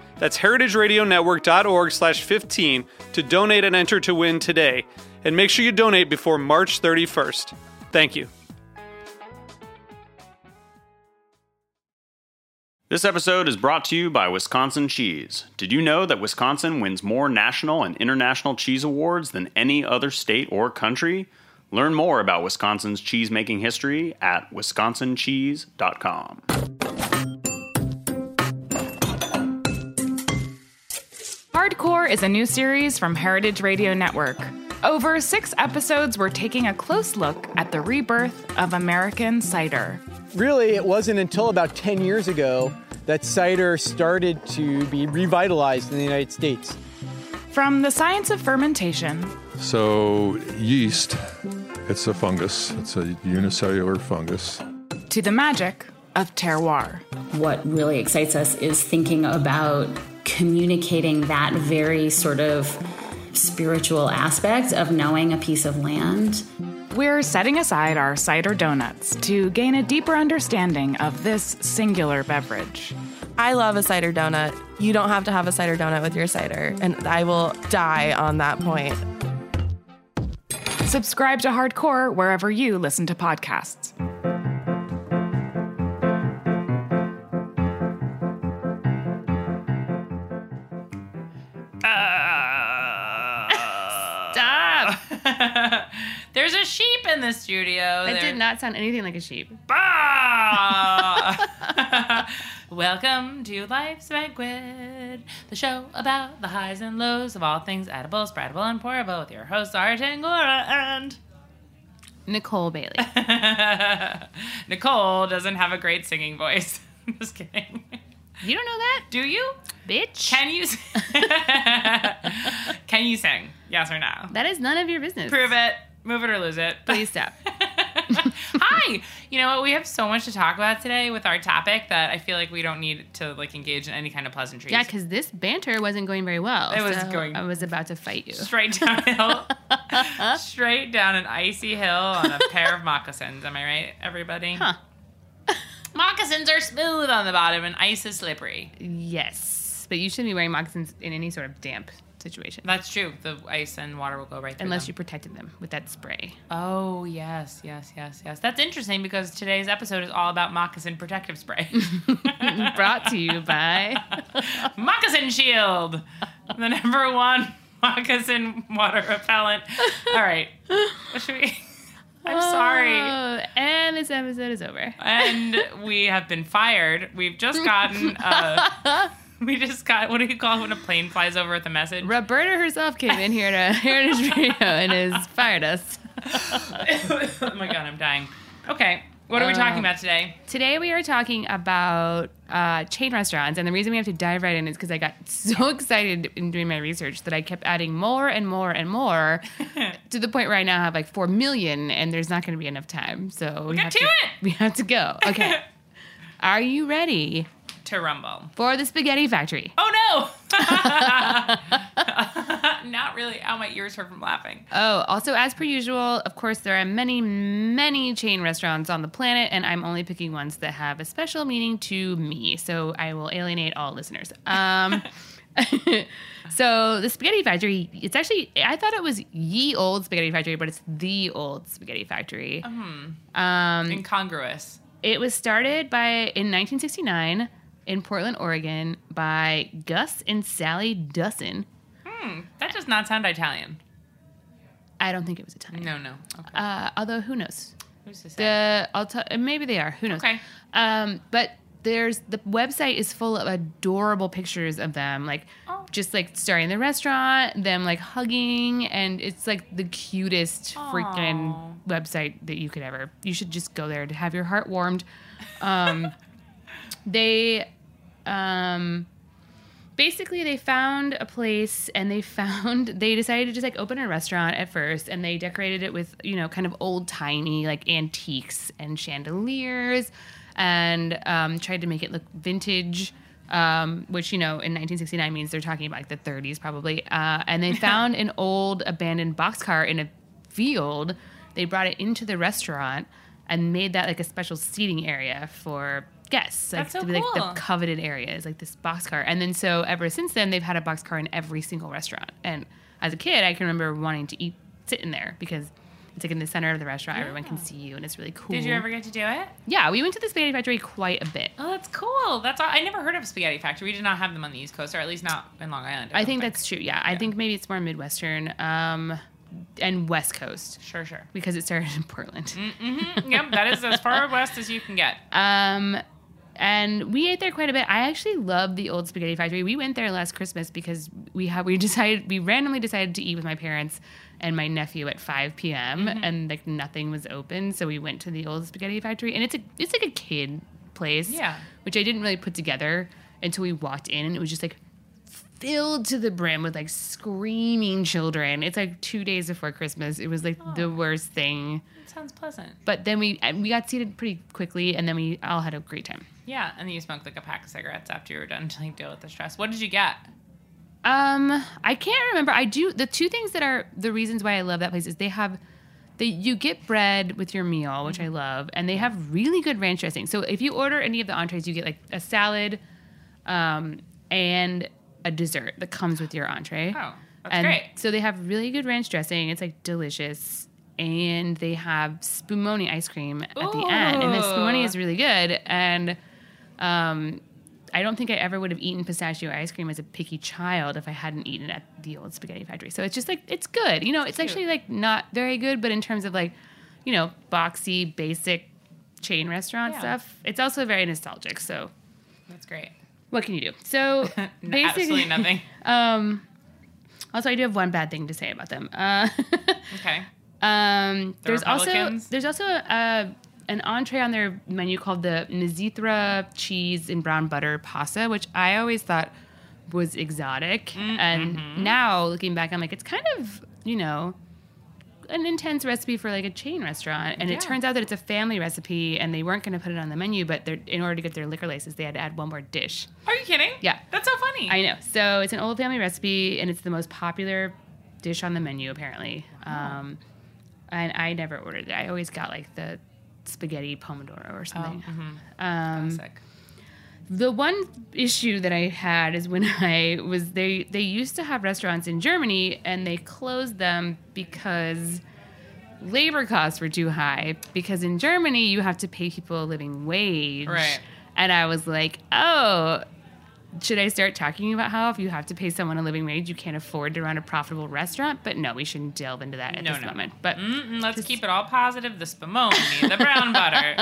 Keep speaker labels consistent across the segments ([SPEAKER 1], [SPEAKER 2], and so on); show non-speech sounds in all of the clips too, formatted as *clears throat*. [SPEAKER 1] That's heritageradionetwork.org slash 15 to donate and enter to win today. And make sure you donate before March 31st. Thank you.
[SPEAKER 2] This episode is brought to you by Wisconsin Cheese. Did you know that Wisconsin wins more national and international cheese awards than any other state or country? Learn more about Wisconsin's cheesemaking history at wisconsincheese.com.
[SPEAKER 3] Hardcore is a new series from Heritage Radio Network. Over six episodes, we're taking a close look at the rebirth of American cider.
[SPEAKER 4] Really, it wasn't until about 10 years ago that cider started to be revitalized in the United States.
[SPEAKER 3] From the science of fermentation,
[SPEAKER 5] So, yeast, it's a fungus, it's a unicellular fungus.
[SPEAKER 3] to the magic of terroir.
[SPEAKER 6] what really excites us is thinking about communicating that very sort of spiritual aspect of knowing a piece of land.
[SPEAKER 3] We're setting aside our cider donuts to gain a deeper understanding of this singular beverage.
[SPEAKER 7] I love a cider donut. You don't have to have a cider donut with your cider, and I will die on that point.
[SPEAKER 3] Subscribe to Hardcore wherever you listen to podcasts.
[SPEAKER 8] Stop! *laughs* There's a sheep in the studio.
[SPEAKER 9] That
[SPEAKER 8] There-
[SPEAKER 9] did not sound anything like a sheep.
[SPEAKER 8] Bah! *laughs* Welcome to Life's Banquet, the show about the highs and lows of all things edible, spreadable, and pourable with your hosts, Art Angora and
[SPEAKER 9] Nicole Bailey.
[SPEAKER 8] *laughs* Nicole doesn't have a great singing voice. *laughs* I'm just kidding.
[SPEAKER 9] You don't know that,
[SPEAKER 8] Do you?
[SPEAKER 9] bitch?
[SPEAKER 8] Can you? s- *laughs* Can you sing? Yes or no?
[SPEAKER 9] that is none of your business.
[SPEAKER 8] Prove it. Move it or lose it.
[SPEAKER 9] Please stop.
[SPEAKER 8] *laughs* Hi. You know what? We have so much to talk about today with our topic that I feel like we don't need to like engage in any kind of pleasantries.
[SPEAKER 9] Yeah, because this banter wasn't going very well.
[SPEAKER 8] It was
[SPEAKER 9] so
[SPEAKER 8] going-
[SPEAKER 9] I was about to fight you.
[SPEAKER 8] straight downhill,
[SPEAKER 9] *laughs*
[SPEAKER 8] straight down an icy hill on a pair of moccasins. Am I right, everybody?
[SPEAKER 9] Huh.
[SPEAKER 8] *laughs* Moccasins are smooth on the bottom, and ice is slippery.
[SPEAKER 9] Yes, but you shouldn't be wearing moccasins in any sort of damp situation,
[SPEAKER 8] That's true. The ice and water will go right through.
[SPEAKER 9] unless you
[SPEAKER 8] them.
[SPEAKER 9] protected them with that spray.
[SPEAKER 8] Oh yes, yes, yes, yes. That's interesting because today's episode is all about moccasin protective spray.
[SPEAKER 9] *laughs* Brought to you by
[SPEAKER 8] *laughs* moccasin shield, the number one *laughs* moccasin water repellent. All right, What should we? I'm sorry.
[SPEAKER 9] Oh, and this episode is over.
[SPEAKER 8] And we have been fired. We've just gotten. Uh,
[SPEAKER 9] *laughs*
[SPEAKER 8] we just got. What do you call it when a plane flies over with a message?
[SPEAKER 9] Roberta herself came in here to *laughs* Heritage Radio and has fired us.
[SPEAKER 8] *laughs* oh my god, I'm dying. Okay, what are
[SPEAKER 9] Uh,
[SPEAKER 8] we talking about today? *laughs*
[SPEAKER 9] Today we are talking about uh, chain restaurants, and the reason we have to dive right in is because I got so *laughs* excited in doing my research that I kept adding more and more and more to the point where I now have like four million, and there's not going to be enough time. So we
[SPEAKER 8] Get
[SPEAKER 9] have
[SPEAKER 8] to it!
[SPEAKER 9] We have to go.
[SPEAKER 8] *laughs*
[SPEAKER 9] Okay. Are you ready
[SPEAKER 8] To rumble.
[SPEAKER 9] for the Spaghetti Factory?
[SPEAKER 8] Oh no! *laughs* Not really. Ow, my ears hurt from laughing.
[SPEAKER 9] Oh, also, as per usual, of course, there are many, many chain restaurants on the planet, and I'm only picking ones that have a special meaning to me. So I will alienate all listeners. Um, *laughs* so the Spaghetti Factory, it's actually, I thought it was Ye Old Spaghetti Factory, but it's The Old Spaghetti Factory. Um,
[SPEAKER 8] Incongruous.
[SPEAKER 9] it was started by, in 1969, in Portland, Oregon, by Gus and Sally Dussin.
[SPEAKER 8] That does not sound Italian. I don't think it was Italian.
[SPEAKER 3] No, no. Okay.
[SPEAKER 8] Uh, although who knows?
[SPEAKER 3] Who's to say?
[SPEAKER 8] The I'll tell. uh, Maybe they are. Who knows?
[SPEAKER 3] Okay.
[SPEAKER 8] Um, but there's the website is full of adorable pictures of them, like
[SPEAKER 3] Oh.
[SPEAKER 8] just like starting the restaurant, them like hugging, and it's like the cutest freaking website that you could ever. You should just go there to have your heart warmed. Um, they, um. Basically, they found a place and they found, *laughs* they decided to just like open a restaurant at first and they decorated it with, you know, kind of old timey like antiques and chandeliers and um, tried to make it look vintage, um, which, you know, in 1969 means they're talking about like the 30s probably. Uh, and they found an old abandoned boxcar in a field. They brought it into the restaurant and made that like a special seating area for guests. Like,
[SPEAKER 3] That's so
[SPEAKER 8] to be, like,
[SPEAKER 3] cool.
[SPEAKER 8] the coveted areas, like this boxcar. And then so ever since then, they've had a boxcar in every single restaurant. And as a kid, I can remember wanting to eat, sit in there because it's like in the center of the restaurant. Everyone can see you, and it's really cool.
[SPEAKER 3] Did you ever get to do it?
[SPEAKER 8] Yeah, we went to the Spaghetti Factory quite a bit.
[SPEAKER 3] Oh, that's cool. That's all. I never heard of Spaghetti Factory. We did not have them on the East Coast, or at least not in Long Island.
[SPEAKER 8] I
[SPEAKER 3] don't
[SPEAKER 8] think that's true. Yeah, I think maybe it's more Midwestern um, and West Coast
[SPEAKER 3] sure, sure. Mm-hmm,
[SPEAKER 8] because it started in Portland.
[SPEAKER 3] yep, that is as far *laughs* west as you can get.
[SPEAKER 8] Um, and we ate there quite a bit. I actually love the old Spaghetti Factory. We went there last Christmas because we had we *laughs* decided we randomly decided to eat with my parents and my nephew at 5 p.m.
[SPEAKER 3] Mm-hmm.
[SPEAKER 8] and like nothing was open, so we went to the old Spaghetti Factory and it's a it's like a kid place.
[SPEAKER 3] Yeah.
[SPEAKER 8] which I didn't really put together until we walked in and it was just like filled to the brim with like screaming children. It's like two days before Christmas. It was like the worst thing.
[SPEAKER 3] It sounds pleasant.
[SPEAKER 8] But then we and we got seated pretty quickly and then we all had a great time.
[SPEAKER 3] Yeah, and then you smoked like a pack of cigarettes after you were done *laughs* to like deal with the stress. What did you get?
[SPEAKER 8] Um, I can't remember. I do the two things that are the reasons why I love that place is they have they you get bread with your meal, which I
[SPEAKER 3] Mm-hmm.
[SPEAKER 8] love, and they have really good ranch dressing. So if you order any of the entrees, you get like a salad, um, and a dessert that comes with your entree.
[SPEAKER 3] Oh, that's
[SPEAKER 8] and
[SPEAKER 3] great.
[SPEAKER 8] So they have really good ranch dressing. It's like delicious. And they have spumoni ice cream at the end. And the spumoni is really good. And um, I don't think I ever would have eaten pistachio ice cream as a picky child if I hadn't eaten at the old spaghetti factory. So it's just like it's good. You know, it's actually like not very good, but in terms of like, you know, boxy, basic chain restaurant
[SPEAKER 3] Yeah.
[SPEAKER 8] stuff, it's also very nostalgic. So
[SPEAKER 3] That's great.
[SPEAKER 8] what can you do?
[SPEAKER 3] *laughs*
[SPEAKER 8] So
[SPEAKER 3] No,
[SPEAKER 8] basically
[SPEAKER 3] absolutely nothing.
[SPEAKER 8] *laughs* Um also I do have one bad thing to say about them. Uh *laughs*
[SPEAKER 3] Okay.
[SPEAKER 8] Um,
[SPEAKER 3] The
[SPEAKER 8] there's also
[SPEAKER 3] Republicans?
[SPEAKER 8] there's also a, an entree on their menu called the Mizithra cheese and brown butter pasta, which I always thought was exotic,
[SPEAKER 3] Mm, mm-hmm.
[SPEAKER 8] and now looking back, I'm like it's kind of you know an intense recipe for like a chain restaurant, and
[SPEAKER 3] Yeah.
[SPEAKER 8] it turns out that it's a family recipe, and they weren't going to put it on the menu, but they're, in order to get their liquor license, they had to add one more dish.
[SPEAKER 3] Are you kidding?
[SPEAKER 8] Yeah.
[SPEAKER 3] That's so funny.
[SPEAKER 8] I know. So it's an old family recipe, and it's the most popular dish on the menu apparently. Um, and I never ordered it. I always got like the spaghetti pomodoro or something.
[SPEAKER 3] Oh, mm-hmm.
[SPEAKER 8] Um,
[SPEAKER 3] Classic.
[SPEAKER 8] The one issue that I had is when *laughs* I was they they used to have restaurants in Germany and they closed them because labor costs were too high because in Germany you have to pay people a living wage.
[SPEAKER 3] Right.
[SPEAKER 8] And I was like, "Oh, should I start talking about how if you have to pay someone a living wage, you can't afford to run a profitable restaurant?" But no, we shouldn't delve into that at
[SPEAKER 3] No,
[SPEAKER 8] this
[SPEAKER 3] no.
[SPEAKER 8] moment. But
[SPEAKER 3] Mm, let's keep it all positive. The spumoni, the brown
[SPEAKER 8] *laughs*
[SPEAKER 3] butter.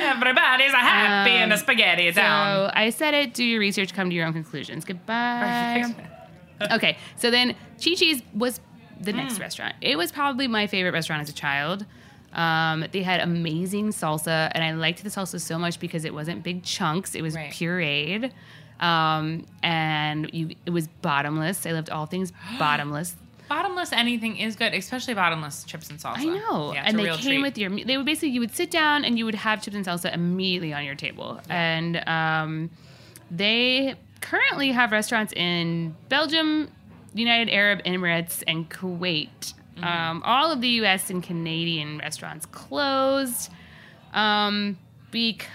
[SPEAKER 3] Everybody's a happy and a spaghetti down.
[SPEAKER 8] Um, So I said it. Do your research. Come to your own conclusions. Goodbye.
[SPEAKER 3] *laughs*
[SPEAKER 8] okay, so then Chi Chi's was the
[SPEAKER 3] Mm.
[SPEAKER 8] next restaurant. It was probably my favorite restaurant as a child. Um, they had amazing salsa, and I liked the salsa so much because it wasn't big chunks, it was
[SPEAKER 3] Right.
[SPEAKER 8] pureed. Um, and you, it was bottomless. I loved all
[SPEAKER 3] *gasps*
[SPEAKER 8] things bottomless.
[SPEAKER 3] Bottomless anything is good, especially bottomless chips and salsa.
[SPEAKER 8] I know.
[SPEAKER 3] Yeah, it's
[SPEAKER 8] and
[SPEAKER 3] a
[SPEAKER 8] they
[SPEAKER 3] real
[SPEAKER 8] came
[SPEAKER 3] treat.
[SPEAKER 8] with your. They would basically you would sit down and you would have chips and salsa immediately on your table. And um, they currently have restaurants in Belgium, United Arab Emirates, and Kuwait.
[SPEAKER 3] Mm-hmm.
[SPEAKER 8] Um, all of the U.S. and Canadian restaurants closed um,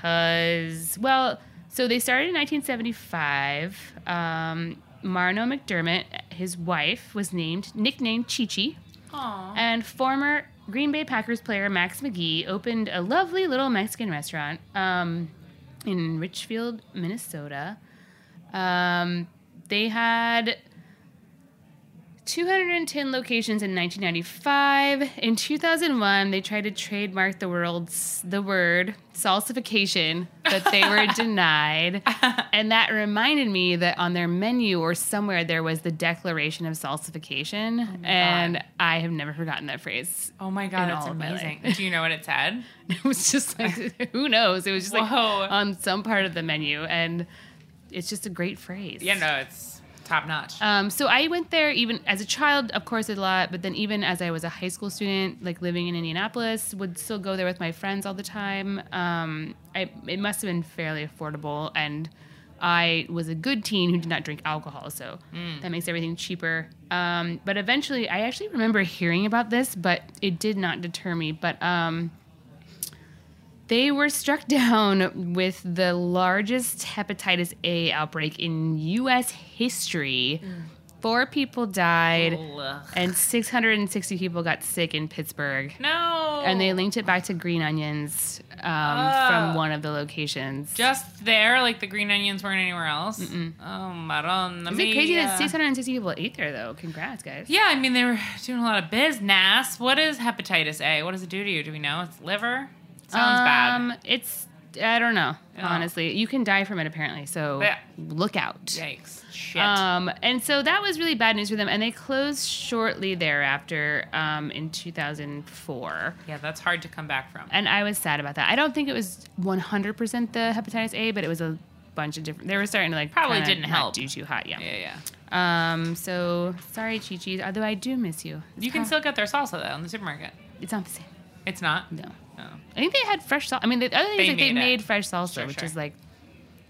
[SPEAKER 8] because well, so they started in 1975. Um, Marno McDermott, his wife, was named nicknamed Chi Chi
[SPEAKER 3] Aw.
[SPEAKER 8] and former Green Bay Packers player Max McGee opened a lovely little Mexican restaurant um, in Richfield, Minnesota. Um, they had 210 locations in 1995. In 2001, they tried to trademark the world's the word salsification, but they were denied. And that reminded me that on their menu or somewhere there was the declaration of salsification, and I have never forgotten that phrase.
[SPEAKER 9] Oh my god,
[SPEAKER 8] in
[SPEAKER 9] that's
[SPEAKER 8] all of my life.
[SPEAKER 9] amazing. Do you know what it said?
[SPEAKER 8] *laughs* It was just like *laughs* who knows? It was just like
[SPEAKER 9] Whoa.
[SPEAKER 8] on some part of the menu, and it's just a great phrase.
[SPEAKER 9] Yeah, no, it's top notch.
[SPEAKER 8] Um, so I went there even as a child, of course, a lot, but then even as I was a high school student, like living in Indianapolis, would still go there with my friends all the time. Um, I, it must have been fairly affordable, and I was a good teen who did not drink alcohol, so
[SPEAKER 9] Mm.
[SPEAKER 8] that makes everything cheaper. Um, but eventually, I actually remember hearing about this, but it did not deter me. But um, they were struck *laughs* down with the largest hepatitis A outbreak in U.S. history. Four people died,
[SPEAKER 9] Mm. Ugh.
[SPEAKER 8] and 660 people got sick in Pittsburgh.
[SPEAKER 9] no.
[SPEAKER 8] And they linked it back to green onions um, from one of the locations.
[SPEAKER 9] just there, like the green onions weren't anywhere else. Oh, Madonna
[SPEAKER 8] Is it crazy that
[SPEAKER 9] mia.
[SPEAKER 8] 660 people ate there, though? Congrats, guys.
[SPEAKER 9] Yeah, I mean they were *sighs* doing a lot of business. What is hepatitis A? What does it do to you? Do we know? It's liver. Sounds bad.
[SPEAKER 8] Um, It's, I don't know,
[SPEAKER 9] Yeah.
[SPEAKER 8] honestly. You can die from it, apparently, so
[SPEAKER 9] Yeah.
[SPEAKER 8] look out.
[SPEAKER 9] Yikes! Shit.
[SPEAKER 8] Um, and so that was really bad news for them, and they closed shortly thereafter um, in 2004.
[SPEAKER 9] yeah, that's hard to come back from.
[SPEAKER 8] And I was sad about that. I don't think it was 100% the hepatitis A, but it was a bunch of different. They were starting to like
[SPEAKER 9] Probably
[SPEAKER 8] kinda
[SPEAKER 9] didn't
[SPEAKER 8] not
[SPEAKER 9] help.
[SPEAKER 8] do too hot, yeah.
[SPEAKER 9] Yeah, yeah.
[SPEAKER 8] Um, so sorry, Chi Chi's. Although I do miss you. It's
[SPEAKER 9] You can
[SPEAKER 8] hard-
[SPEAKER 9] still get their salsa though in the supermarket.
[SPEAKER 8] It's not the same.
[SPEAKER 9] It's not.
[SPEAKER 8] No.
[SPEAKER 9] Oh.
[SPEAKER 8] I think they had fresh salsa. I mean, the other thing
[SPEAKER 9] They
[SPEAKER 8] is like, they
[SPEAKER 9] made it.
[SPEAKER 8] made fresh salsa,
[SPEAKER 9] Sure,
[SPEAKER 8] which
[SPEAKER 9] sure.
[SPEAKER 8] is like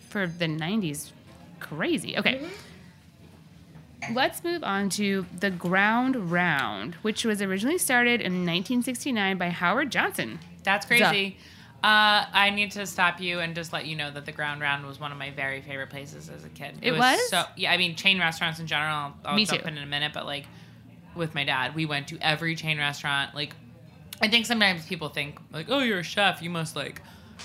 [SPEAKER 8] for the 90s, crazy. Okay.
[SPEAKER 9] Mm-hmm.
[SPEAKER 8] Let's move on to the ground round, which was originally started in 1969 by Howard Johnson.
[SPEAKER 9] That's crazy. Uh, I need to stop you and just let you know that the Ground Round was one of my very favorite places as a kid.
[SPEAKER 8] It was?
[SPEAKER 9] so yeah. I mean, chain restaurants in general. I'll, I'll
[SPEAKER 8] Me
[SPEAKER 9] jump
[SPEAKER 8] too.
[SPEAKER 9] in in a minute, but like with my dad, we went to every chain restaurant. Uh, Like, I think sometimes people think like, "Oh, you're a chef. You must like."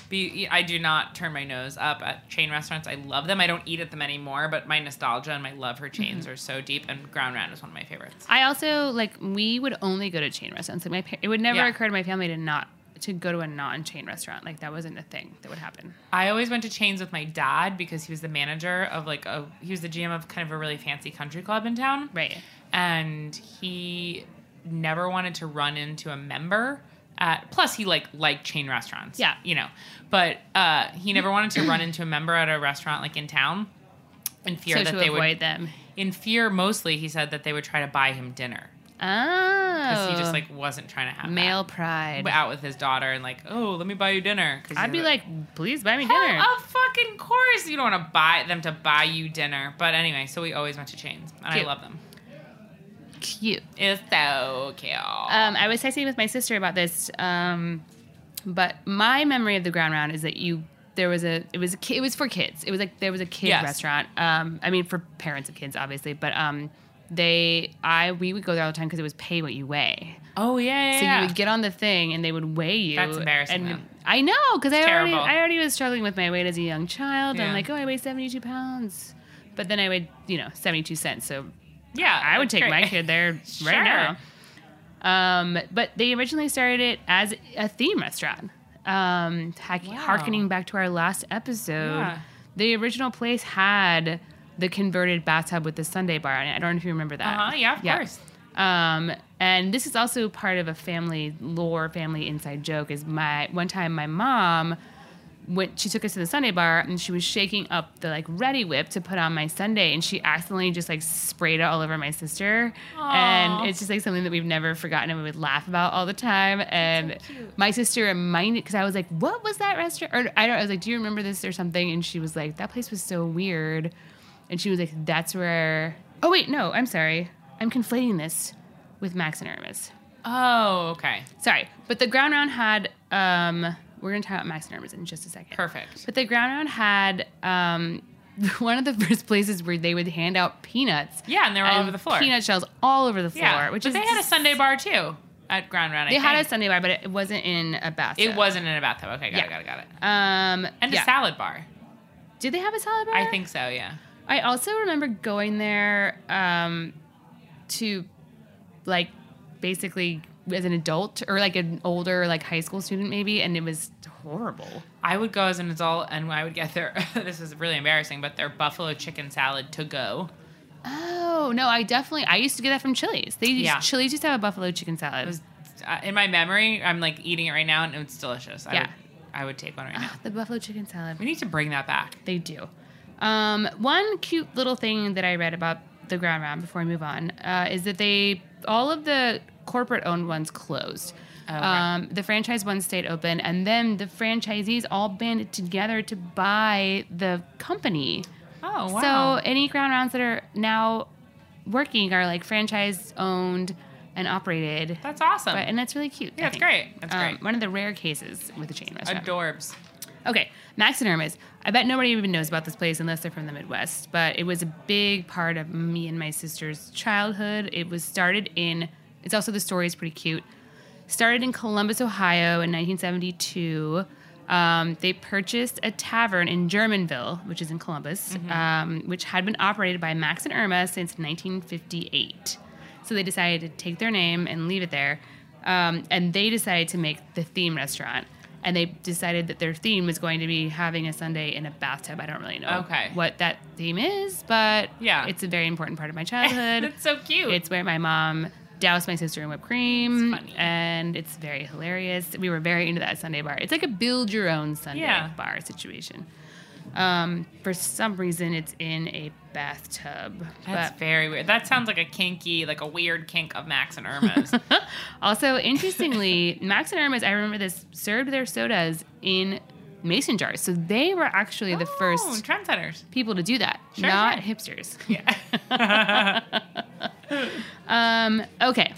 [SPEAKER 9] Be, I do not turn my nose up at chain restaurants. I love them. I don't eat at them anymore, but my nostalgia and my love for chains are so deep. And Ground Round is one of my favorites.
[SPEAKER 8] Mm-hmm. I also like we would only go to chain restaurants. Like my par- it would never
[SPEAKER 9] Yeah.
[SPEAKER 8] occur to my family to not to go to a non-chain restaurant. Like that wasn't a thing that would happen.
[SPEAKER 9] I always went to chains with my dad because he was the manager of like a he was the GM of kind of a really fancy country club in town.
[SPEAKER 8] Right.
[SPEAKER 9] And he never wanted to run into a member at plus he like liked chain restaurants.
[SPEAKER 8] Yeah.
[SPEAKER 9] You know. But uh he never wanted to run into a member at a restaurant like in town in fear
[SPEAKER 8] So
[SPEAKER 9] that
[SPEAKER 8] to
[SPEAKER 9] they
[SPEAKER 8] avoid
[SPEAKER 9] would
[SPEAKER 8] them.
[SPEAKER 9] in fear mostly he said that they would try to buy him dinner. Because
[SPEAKER 8] Oh,
[SPEAKER 9] he just like wasn't trying to have that.
[SPEAKER 8] male pride.
[SPEAKER 9] out with his daughter and like, oh, let me buy you dinner. 'cause
[SPEAKER 8] I'd
[SPEAKER 9] he-
[SPEAKER 8] be like, please buy me
[SPEAKER 9] Hell,
[SPEAKER 8] dinner.
[SPEAKER 9] Of fucking course, you don't want to buy them to buy you dinner. But anyway, so we always went to chains, and
[SPEAKER 8] Cute.
[SPEAKER 9] I love them.
[SPEAKER 8] Cute.
[SPEAKER 9] It's so cute.
[SPEAKER 8] Um, I was texting with my sister about this, um, but my memory of the ground round is that you there was a it was a ki- it was for kids. It was like there was a kid
[SPEAKER 9] Yes.
[SPEAKER 8] restaurant. Um, I mean for parents of kids, obviously, but um, they I we would go there all the time because it was pay what you weigh.
[SPEAKER 9] oh yeah, yeah.
[SPEAKER 8] So
[SPEAKER 9] yeah.
[SPEAKER 8] you would get on the thing and they would weigh you.
[SPEAKER 9] That's embarrassing,
[SPEAKER 8] And
[SPEAKER 9] though.
[SPEAKER 8] I know because I already
[SPEAKER 9] terrible.
[SPEAKER 8] I already was struggling with my weight as a young child.
[SPEAKER 9] Yeah.
[SPEAKER 8] I'm like, oh, I weigh seventy two pounds, but then I weighed you know seventy two cents. So
[SPEAKER 9] yeah,
[SPEAKER 8] I would
[SPEAKER 9] that's
[SPEAKER 8] take
[SPEAKER 3] *laughs*
[SPEAKER 9] great.
[SPEAKER 8] my kid there right *laughs*
[SPEAKER 9] Sure.
[SPEAKER 8] now. Um, but they originally started it as a theme restaurant. Um, hack-
[SPEAKER 9] Wow.
[SPEAKER 8] harkening back to our last episode,
[SPEAKER 9] Yeah.
[SPEAKER 8] the original place had the converted bathtub with the Sunday bar on it. I don't know if you remember that.
[SPEAKER 9] Uh-huh, yeah, of course.
[SPEAKER 8] Um, and this is also part of a family lore, family inside joke. Is my one time my mom went she took us to the Sunday bar and she was shaking up the like ready whip to put on my Sunday and she accidentally just like sprayed it all over my sister. And it's just like something that we've never forgotten and we would laugh about all the time. And my sister reminded because I was like, What was that restaurant? Or I don't I was like, Do you remember this or something? And she was like, That place was so weird. And she was like, That's where Oh wait, no, I'm sorry. I'm conflating this with Max and Hermes.
[SPEAKER 9] Oh, okay,
[SPEAKER 8] Sorry, but the ground round had. Um, we're gonna talk about Max and Hermes in just a second.
[SPEAKER 9] perfect.
[SPEAKER 8] But the ground round had um, *laughs* one of the first places where they would hand out peanuts.
[SPEAKER 9] Yeah, and they were all over the floor.
[SPEAKER 8] Peanut shells all over the floor.
[SPEAKER 9] yeah,
[SPEAKER 8] which
[SPEAKER 9] but
[SPEAKER 8] is
[SPEAKER 9] they had a Sunday bar too at Ground Round. I
[SPEAKER 8] They had a
[SPEAKER 9] think.
[SPEAKER 8] Sunday bar, but it wasn't in a bathtub.
[SPEAKER 9] It wasn't in a bathtub. Okay, got
[SPEAKER 8] Yeah.
[SPEAKER 9] it, got it, got it.
[SPEAKER 8] Um,
[SPEAKER 9] And
[SPEAKER 8] yeah.
[SPEAKER 9] a salad bar.
[SPEAKER 8] Did they have a salad bar?
[SPEAKER 9] I think so. Yeah.
[SPEAKER 8] I also remember going there um,
[SPEAKER 9] to like basically as an adult or like an older like high school student maybe and it was horrible.
[SPEAKER 8] I would go as an adult and I would get their, *laughs* this is really embarrassing, but their buffalo chicken salad to go.
[SPEAKER 9] Oh, no, I definitely I used to get that from Chili's. They used,
[SPEAKER 8] Yeah.
[SPEAKER 9] Chili's used to have a buffalo chicken salad.
[SPEAKER 8] It was, uh, in my memory, I'm like eating it right now and it's delicious. I
[SPEAKER 9] Yeah. Ah,
[SPEAKER 8] Would, I would take one right now.
[SPEAKER 9] the buffalo chicken salad.
[SPEAKER 8] We need to bring that back.
[SPEAKER 9] They do. Um, one cute little thing that I read about the ground round before I move on uh, is that they all of the corporate owned ones closed.
[SPEAKER 8] Oh,
[SPEAKER 9] Um, the franchise ones stayed open, and then the franchisees all banded together to buy the company.
[SPEAKER 8] Oh, wow.
[SPEAKER 9] So any ground rounds that are now working are like franchise owned and operated,
[SPEAKER 8] That's awesome.
[SPEAKER 9] but, and that's really cute.
[SPEAKER 8] Yeah,
[SPEAKER 9] I
[SPEAKER 8] it's
[SPEAKER 9] think.
[SPEAKER 8] great. That's
[SPEAKER 9] Um,
[SPEAKER 8] great.
[SPEAKER 9] One of the rare cases with a chain restaurant.
[SPEAKER 8] Adorbs.
[SPEAKER 9] Okay, Max and Irma's. I bet nobody even knows about this place unless they're from the Midwest, but it was a big part of me and my sister's childhood. It was started in, it's also the story is pretty cute. Started in Columbus, Ohio in 1972. Um, they purchased a tavern in Germanville, which is in Columbus,
[SPEAKER 8] Mm-hmm.
[SPEAKER 9] um, which had been operated by Max and Irma since 1958. So they decided to take their name and leave it there. Um, and they decided to make the theme restaurant. And they decided that their theme was going to be having a Sunday in a bathtub. I don't really know
[SPEAKER 8] Okay.
[SPEAKER 9] what that theme is, but
[SPEAKER 8] Yeah.
[SPEAKER 9] it's a very important part of my
[SPEAKER 8] *laughs*
[SPEAKER 9] childhood.
[SPEAKER 8] That's so cute.
[SPEAKER 9] It's where my mom doused my sister in whipped cream,
[SPEAKER 8] It's funny.
[SPEAKER 9] and it's very hilarious. We were very into that Sunday bar. It's like a build your own Sunday
[SPEAKER 8] Yeah.
[SPEAKER 9] bar situation. Um, for some reason, it's in a bathtub.
[SPEAKER 8] That's
[SPEAKER 9] but
[SPEAKER 8] very weird. That sounds like a kinky, like a weird kink of Max and Irma's.
[SPEAKER 9] *laughs* also, interestingly, Max and Irma's, I remember this, served their sodas in mason jars. So they were actually the
[SPEAKER 8] Oh,
[SPEAKER 9] first
[SPEAKER 8] *laughs* trendsetters.
[SPEAKER 9] people to do that,
[SPEAKER 8] Sure,
[SPEAKER 9] not
[SPEAKER 8] sure.
[SPEAKER 9] hipsters.
[SPEAKER 8] Yeah.
[SPEAKER 9] Um, okay.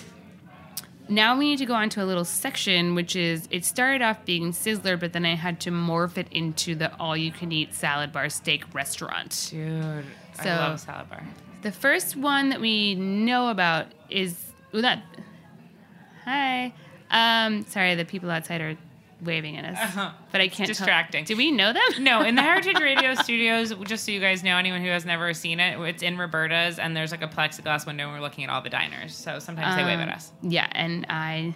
[SPEAKER 9] Now we need to go on to a little section, which is it started off being Sizzler, but then I had to morph it into the all you can eat salad bar steak restaurant.
[SPEAKER 8] Dude, I
[SPEAKER 9] So-
[SPEAKER 8] love salad bar. *laughs*
[SPEAKER 9] The first one that we know about is well, not. Hi, um, sorry, the people outside are waving at us, but I can't. tell-
[SPEAKER 8] Uh-huh. Distracting.
[SPEAKER 9] Do we know them?
[SPEAKER 8] No, in the Heritage Radio Studios, just so you guys know, anyone who has never seen it, it's in Roberta's, and there's like a plexiglass window, and we're looking at all the diners. So sometimes they wave at
[SPEAKER 9] Um,
[SPEAKER 8] us.
[SPEAKER 9] *laughs* Yeah, and I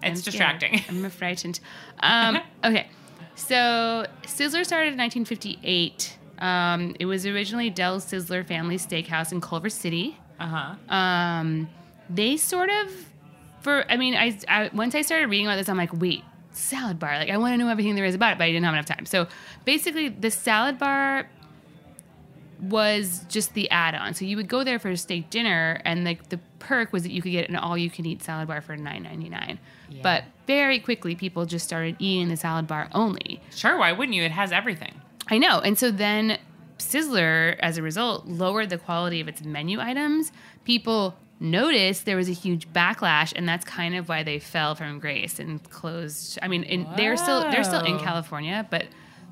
[SPEAKER 8] It's
[SPEAKER 9] I'm scared.
[SPEAKER 8] distracting.
[SPEAKER 9] I'm frightened.
[SPEAKER 8] *laughs*
[SPEAKER 9] Um, okay, so Sizzler started in 1958. Um, it was originally Dell's Sizzler Family Steakhouse in Culver City.
[SPEAKER 8] Uh huh.
[SPEAKER 9] Um, they sort of, for I mean, I, I once I started reading about this, I'm like, wait, salad bar. Like, I want to know everything there is about it, but I didn't have enough time. So basically, the salad bar was just the add-on. So you would go there for a steak dinner, and like the perk was that you could get an all-you-can-eat salad bar for nine ninety nine. But very quickly, people just started eating the salad bar only.
[SPEAKER 8] Sure, why wouldn't you? It has everything.
[SPEAKER 9] I know. And so then Sizzler, as a result, lowered the quality of its menu items. People noticed there was a huge backlash, and that's kind of why they fell from grace and closed. I mean, in, they're still they're still in
[SPEAKER 8] Wow.
[SPEAKER 9] California, but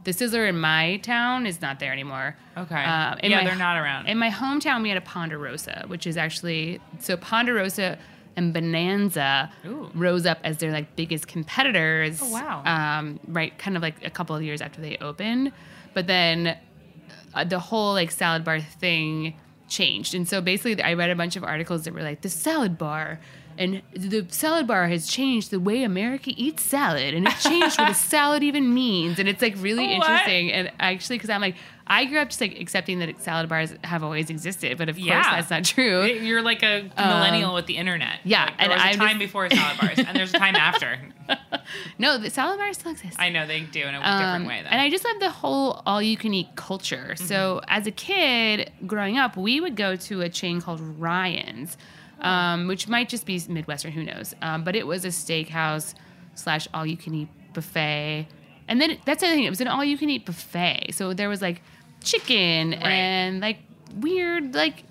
[SPEAKER 9] the Sizzler in my town is not there anymore.
[SPEAKER 8] Okay.
[SPEAKER 9] Uh, in
[SPEAKER 8] Yeah,
[SPEAKER 9] my-
[SPEAKER 8] they're not around.
[SPEAKER 9] In my hometown, we had a Ponderosa, which is actually so Ponderosa and Bonanza
[SPEAKER 8] Ooh.
[SPEAKER 9] rose up as their like biggest competitors.
[SPEAKER 8] Oh, wow.
[SPEAKER 9] Um, right, kind of like a couple of years after they opened, but then uh, the whole like salad bar thing changed. And so basically, I read a bunch of articles that were like the salad bar. And the salad bar has changed the way America eats salad, and it changed
[SPEAKER 8] *laughs*
[SPEAKER 9] what a salad even means. And it's like really
[SPEAKER 8] What?
[SPEAKER 9] interesting. And actually, because I'm like, I grew up just like accepting that salad bars have always existed, but of course
[SPEAKER 8] Yeah.
[SPEAKER 9] that's not true.
[SPEAKER 8] You're like a
[SPEAKER 3] Um,
[SPEAKER 8] millennial with the internet.
[SPEAKER 9] yeah,
[SPEAKER 8] Like, there
[SPEAKER 9] and
[SPEAKER 8] was a
[SPEAKER 9] I'm
[SPEAKER 8] time
[SPEAKER 9] just-
[SPEAKER 8] before salad bars, and there's a
[SPEAKER 3] *laughs*
[SPEAKER 8] time after.
[SPEAKER 9] no, the salad bars still exist.
[SPEAKER 8] I know they do in a
[SPEAKER 9] Um,
[SPEAKER 8] different way. Though.
[SPEAKER 9] And I just love the whole all you can eat culture. So as a kid growing up, we would go to a chain called Ryan's, um, which might just be Midwestern, who knows? Um, but it was a steakhouse slash all you can eat buffet. And then that's the other thing, it was an all you can eat buffet. So there was like chicken and like weird, like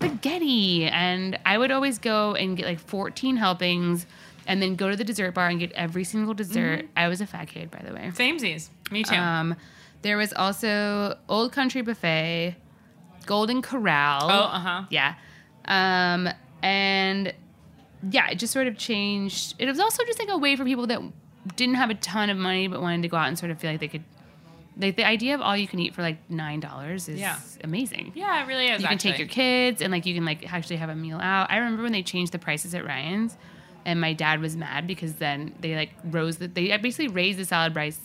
[SPEAKER 9] spaghetti. And I would always go and get like 14 helpings. And then go to the dessert bar and get every single dessert. I was a fat kid, by the way.
[SPEAKER 8] Samesies. Me too.
[SPEAKER 9] Um, there was also Old Country Buffet, Golden Corral.
[SPEAKER 8] oh, uh huh.
[SPEAKER 9] Yeah. Um, and yeah, it just sort of changed. It was also just like a way for people that didn't have a ton of money but wanted to go out and sort of feel like they could
[SPEAKER 3] Like the idea of all you can eat for like nine dollars is
[SPEAKER 8] Yeah.
[SPEAKER 3] amazing.
[SPEAKER 8] Yeah, it really is.
[SPEAKER 3] you can take
[SPEAKER 8] actually.
[SPEAKER 3] your kids and like you can like actually have a meal out. I remember when they changed the prices at Ryan's, and my dad was mad because then they like rose the they basically raised the salad price,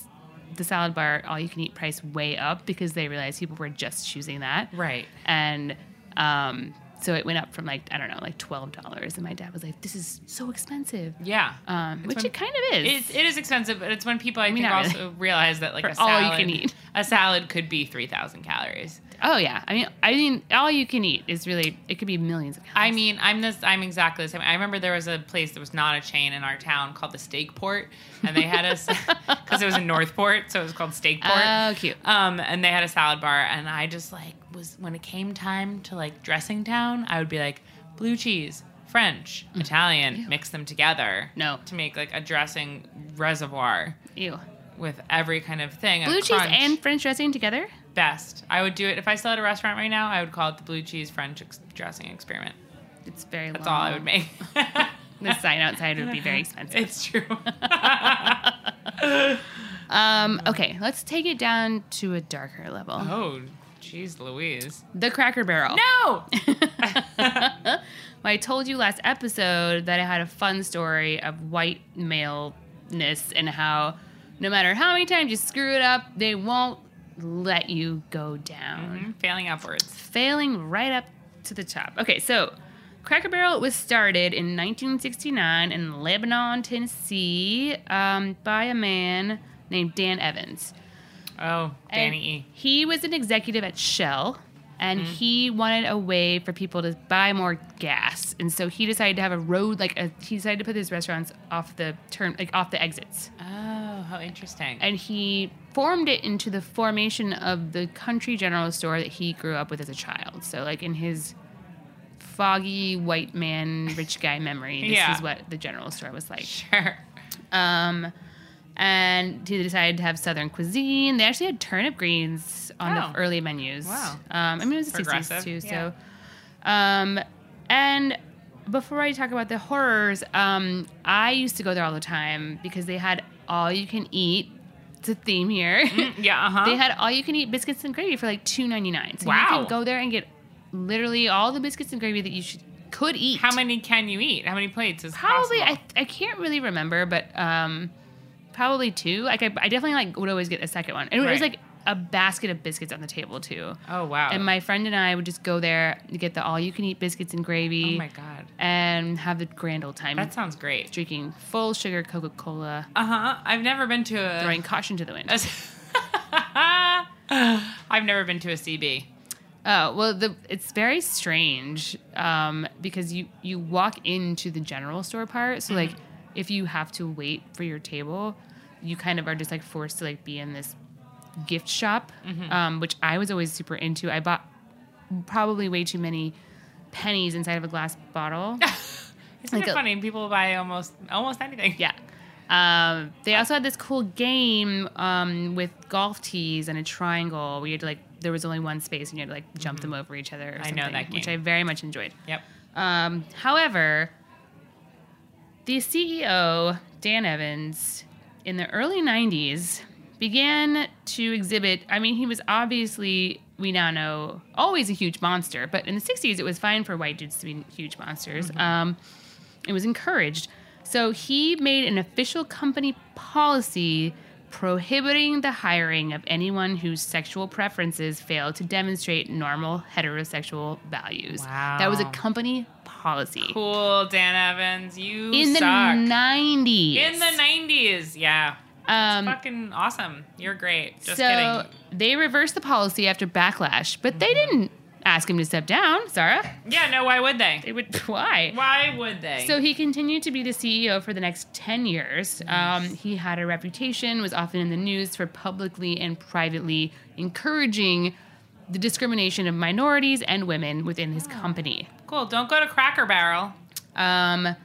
[SPEAKER 3] the salad bar all you can eat price way up because they realized people were just choosing that.
[SPEAKER 8] Right.
[SPEAKER 3] And um, so it went up from like I don't know like twelve dollars, and my dad was like, "This is so expensive."
[SPEAKER 8] Yeah.
[SPEAKER 3] Um,
[SPEAKER 8] It's
[SPEAKER 3] which
[SPEAKER 8] when-
[SPEAKER 3] it kind of is.
[SPEAKER 8] It's, it is expensive, but it's when people I,
[SPEAKER 3] mean,
[SPEAKER 8] think
[SPEAKER 3] not
[SPEAKER 8] also realize that like
[SPEAKER 3] For
[SPEAKER 8] a
[SPEAKER 3] all
[SPEAKER 8] salad,
[SPEAKER 3] you can eat.
[SPEAKER 8] a salad could be three thousand calories.
[SPEAKER 3] oh yeah. I mean, I mean, all you can eat is really it could be millions of.
[SPEAKER 8] I
[SPEAKER 3] calories.
[SPEAKER 8] mean, I'm this. I'm exactly the same. I remember there was a place that was not a chain in our town called the Steakport, and they had
[SPEAKER 3] *laughs*
[SPEAKER 8] *laughs* us because it was in Northport, so it was called Steakport.
[SPEAKER 3] Oh, cute.
[SPEAKER 8] Um, and they had a salad bar, and I just like was when it came time to like dressing down, I would be like blue cheese, French, Italian, mix them together.
[SPEAKER 3] Mm. No.
[SPEAKER 8] to make like a dressing reservoir
[SPEAKER 3] ew.
[SPEAKER 8] with every kind of thing. a
[SPEAKER 3] Blue cheese
[SPEAKER 8] crunch.
[SPEAKER 3] and French dressing together.
[SPEAKER 8] best. I would do it if I still had a restaurant right now. I would call it the blue cheese French ex- dressing experiment.
[SPEAKER 3] It's very.
[SPEAKER 8] That's all I would make. *laughs*
[SPEAKER 3] The sign outside would be very expensive.
[SPEAKER 8] it's true.
[SPEAKER 3] Um, okay, let's take it down to a darker level.
[SPEAKER 8] *laughs* oh, jeez, Louise.
[SPEAKER 3] The Cracker Barrel.
[SPEAKER 8] No.
[SPEAKER 3] I told you last episode that I had a fun story of white maleness and how no matter how many times you screw it up, they won't let you go down.
[SPEAKER 8] Mm-hmm. Failing upwards.
[SPEAKER 3] failing right up to the top. Okay, so Cracker Barrel was started in 1969 in Lebanon, Tennessee, um, by a man named Dan Evans.
[SPEAKER 8] Oh,
[SPEAKER 3] And
[SPEAKER 8] Danny E. Mm-hmm.
[SPEAKER 3] He was an executive at Shell, and he wanted a way for people to buy more gas, and so he decided to have a road like a, he decided to put his restaurants off the turn like off the exits
[SPEAKER 8] Oh, how interesting.
[SPEAKER 3] and he formed it into the formation of the country general store that he grew up with as a child. So, like in his foggy white man, rich guy memory, this
[SPEAKER 8] Yeah.
[SPEAKER 3] is what the general store was like.
[SPEAKER 8] sure.
[SPEAKER 3] Um, and he decided to have southern cuisine. They actually had turnip greens on
[SPEAKER 8] Oh.
[SPEAKER 3] the early menus.
[SPEAKER 8] Wow.
[SPEAKER 3] Um, I mean, it was the 60s
[SPEAKER 8] Progressive,
[SPEAKER 3] too,
[SPEAKER 8] yeah.
[SPEAKER 3] so. Um, and before I talk about the horrors, um, I used to go there all the time because they had all you can eat. It's a theme here.
[SPEAKER 8] Yeah. Uh huh.
[SPEAKER 3] They had all you can eat biscuits and gravy for like two ninety nine. So you
[SPEAKER 8] Wow.
[SPEAKER 3] can go there and get literally all the biscuits and gravy that you should could eat.
[SPEAKER 8] how many can you eat? How many plates is
[SPEAKER 3] Probably
[SPEAKER 8] possible?
[SPEAKER 3] I, I can't really remember, but um, probably two. Like I, I definitely like would always get a second one, and it was
[SPEAKER 8] Right.
[SPEAKER 3] like a basket of biscuits on the table too.
[SPEAKER 8] Oh wow.
[SPEAKER 3] And my friend and I would just go there to get the all you can eat biscuits and
[SPEAKER 8] oh
[SPEAKER 3] gravy.
[SPEAKER 8] my god.
[SPEAKER 3] And have the grand old time.
[SPEAKER 8] That sounds great.
[SPEAKER 3] drinking full sugar Coca Cola,
[SPEAKER 8] Uh huh. I've never been to a.
[SPEAKER 3] throwing caution to the wind. *laughs*
[SPEAKER 8] I've never been to a CB.
[SPEAKER 3] Oh well, the, it's very strange um, because you you walk into the general store part. So like,
[SPEAKER 8] Mm-hmm.
[SPEAKER 3] if you have to wait for your table, you kind of are just like forced to like be in this gift shop,
[SPEAKER 8] Mm-hmm.
[SPEAKER 3] um, which I was always super into. I bought probably way too many pennies inside of a glass
[SPEAKER 8] *laughs*
[SPEAKER 3] bottle.
[SPEAKER 8] Isn't
[SPEAKER 3] Like
[SPEAKER 8] it
[SPEAKER 3] a-
[SPEAKER 8] funny? People buy almost almost anything.
[SPEAKER 3] yeah. Um, they also had this cool game um, with golf tees and a triangle where you had to like there was only one space and you had to like jump them over each other. Or
[SPEAKER 8] Mm-hmm. I
[SPEAKER 3] something,
[SPEAKER 8] know that
[SPEAKER 3] which I
[SPEAKER 8] game.
[SPEAKER 3] very much enjoyed.
[SPEAKER 8] Yep.
[SPEAKER 3] Um, however, the CEO, Dan Evans, in the early 90s began to exhibit, I mean, he was obviously, we now know, always a huge monster, but in the 60s it was fine for white dudes to be huge monsters.
[SPEAKER 8] Mm-hmm.
[SPEAKER 3] Um, it was encouraged. So he made an official company policy prohibiting the hiring of anyone whose sexual preferences fail to demonstrate normal heterosexual values. That was a
[SPEAKER 8] Wow.
[SPEAKER 3] company policy.
[SPEAKER 8] Cool, Dan Evans. You
[SPEAKER 3] In the
[SPEAKER 8] suck.
[SPEAKER 3] 90s.
[SPEAKER 8] In the 90s, yeah.
[SPEAKER 3] Um,
[SPEAKER 8] Fucking awesome. You're great. Just
[SPEAKER 3] so
[SPEAKER 8] kidding. Mm-hmm.
[SPEAKER 3] they reversed the policy after backlash, but they didn't ask him to step down, Sarah.
[SPEAKER 8] Yeah, no, why would *laughs* they?
[SPEAKER 3] They would why?
[SPEAKER 8] Why would they?
[SPEAKER 3] So he continued to be the CEO for the next 10 years. Um, he had a reputation, was often in the news for publicly and privately encouraging the discrimination of minorities and women within his company.
[SPEAKER 8] cool. Don't go to Cracker Barrel.
[SPEAKER 3] Um,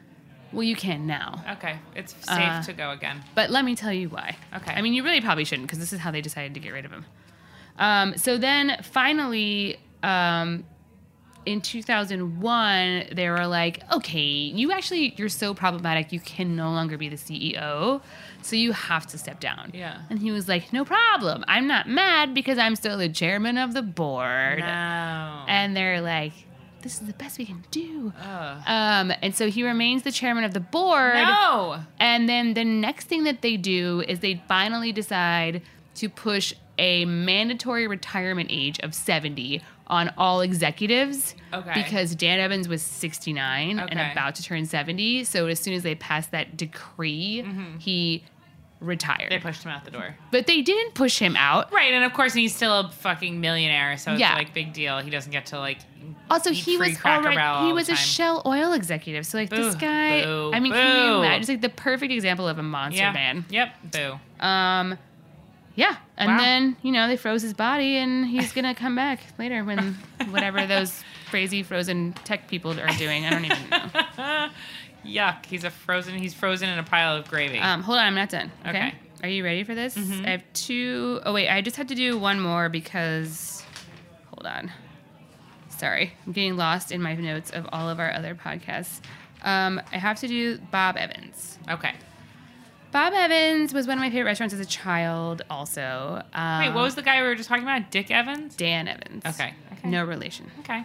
[SPEAKER 3] well, you can now.
[SPEAKER 8] Okay, it's safe
[SPEAKER 3] Uh,
[SPEAKER 8] to go again.
[SPEAKER 3] But let me tell you why.
[SPEAKER 8] Okay.
[SPEAKER 3] I mean, you really probably shouldn't because this is how they decided to get rid of him. Um, so then finally, um, in 2001 they were like okay you actually you're so problematic you can no longer be the ceo so you have to step down
[SPEAKER 8] Yeah.
[SPEAKER 3] and he was like no problem i'm not mad because i'm still the chairman of the board
[SPEAKER 8] No.
[SPEAKER 3] and they're like this is the best we can do um, and so he remains the chairman of the board
[SPEAKER 8] No.
[SPEAKER 3] and then the next thing that they do is they finally decide to push a mandatory retirement age of 70 on all executives.
[SPEAKER 8] Okay.
[SPEAKER 3] Because Dan Evans was 69
[SPEAKER 8] Okay.
[SPEAKER 3] and about to turn 70. So as soon as they passed that decree,
[SPEAKER 8] Mm-hmm.
[SPEAKER 3] he retired.
[SPEAKER 8] They pushed him out the door.
[SPEAKER 3] but they didn't push him out.
[SPEAKER 8] Right, and of course he's still a fucking millionaire, so it's
[SPEAKER 3] Yeah.
[SPEAKER 8] like big deal. He doesn't get to like
[SPEAKER 3] Also,
[SPEAKER 8] eat
[SPEAKER 3] he
[SPEAKER 8] free
[SPEAKER 3] was
[SPEAKER 8] Cracker Barrel
[SPEAKER 3] already,
[SPEAKER 8] all
[SPEAKER 3] he
[SPEAKER 8] the
[SPEAKER 3] was a
[SPEAKER 8] time.
[SPEAKER 3] Shell Oil executive. So like this
[SPEAKER 8] Boo,
[SPEAKER 3] guy,
[SPEAKER 8] boo,
[SPEAKER 3] I mean, can you
[SPEAKER 8] boo.
[SPEAKER 3] imagine? It's like the perfect example of a monster
[SPEAKER 8] yeah.
[SPEAKER 3] man.
[SPEAKER 8] Yep, boo.
[SPEAKER 3] Um, yeah, and
[SPEAKER 8] Wow.
[SPEAKER 3] then you know they froze his body, and he's gonna come back later when whatever those crazy frozen tech people are doing. I don't even know.
[SPEAKER 8] Yuck, he's a frozen he's frozen in a pile of gravy.
[SPEAKER 3] Um, hold on, I'm not done. Okay.
[SPEAKER 8] Okay.
[SPEAKER 3] Are you ready for this? I have two oh wait, I just had to do one more because. Hold on. Sorry, I'm getting lost in my notes of all of our other podcasts. Um, I have to do Bob Evans.
[SPEAKER 8] okay.
[SPEAKER 3] Bob Evans was one of my favorite restaurants as a child. Also, um,
[SPEAKER 8] Wait, what was the guy we were just talking about? Dick Evans?
[SPEAKER 3] Dan Evans?
[SPEAKER 8] Okay. Okay.
[SPEAKER 3] no relation.
[SPEAKER 8] Okay.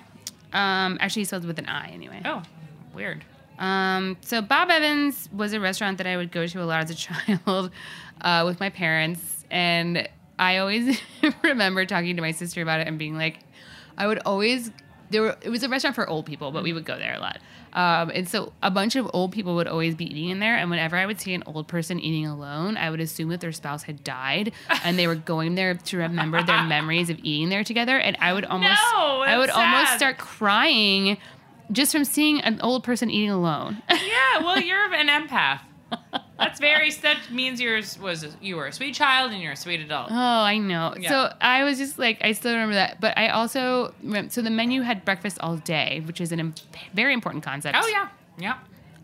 [SPEAKER 3] Um, actually, he spelled with an I anyway.
[SPEAKER 8] Oh, weird.
[SPEAKER 3] Um, so Bob Evans was a restaurant that I would go to a lot as a *laughs* child uh, with my parents, and I always *laughs* remember talking to my sister about it and being like, I would always there. Were, it was a restaurant for old people, but we would go there a lot. Um, and so a bunch of old people would always be eating in there, and whenever I would see an old person eating alone, I would assume that their spouse had died, and they were going there to remember their memories of eating there together. And I would almost,
[SPEAKER 8] No,
[SPEAKER 3] I would
[SPEAKER 8] that's
[SPEAKER 3] almost
[SPEAKER 8] sad.
[SPEAKER 3] start crying just from seeing an old person eating alone. *laughs*
[SPEAKER 8] Yeah, well, you're an empath. That's very. That means yours was you were a sweet child and you're a sweet adult.
[SPEAKER 3] Oh, I know.
[SPEAKER 8] Yeah.
[SPEAKER 3] So I was just like, I still remember that. But I also remember, so the menu had breakfast all day, which is a Im- very important concept.
[SPEAKER 8] Oh yeah, yeah.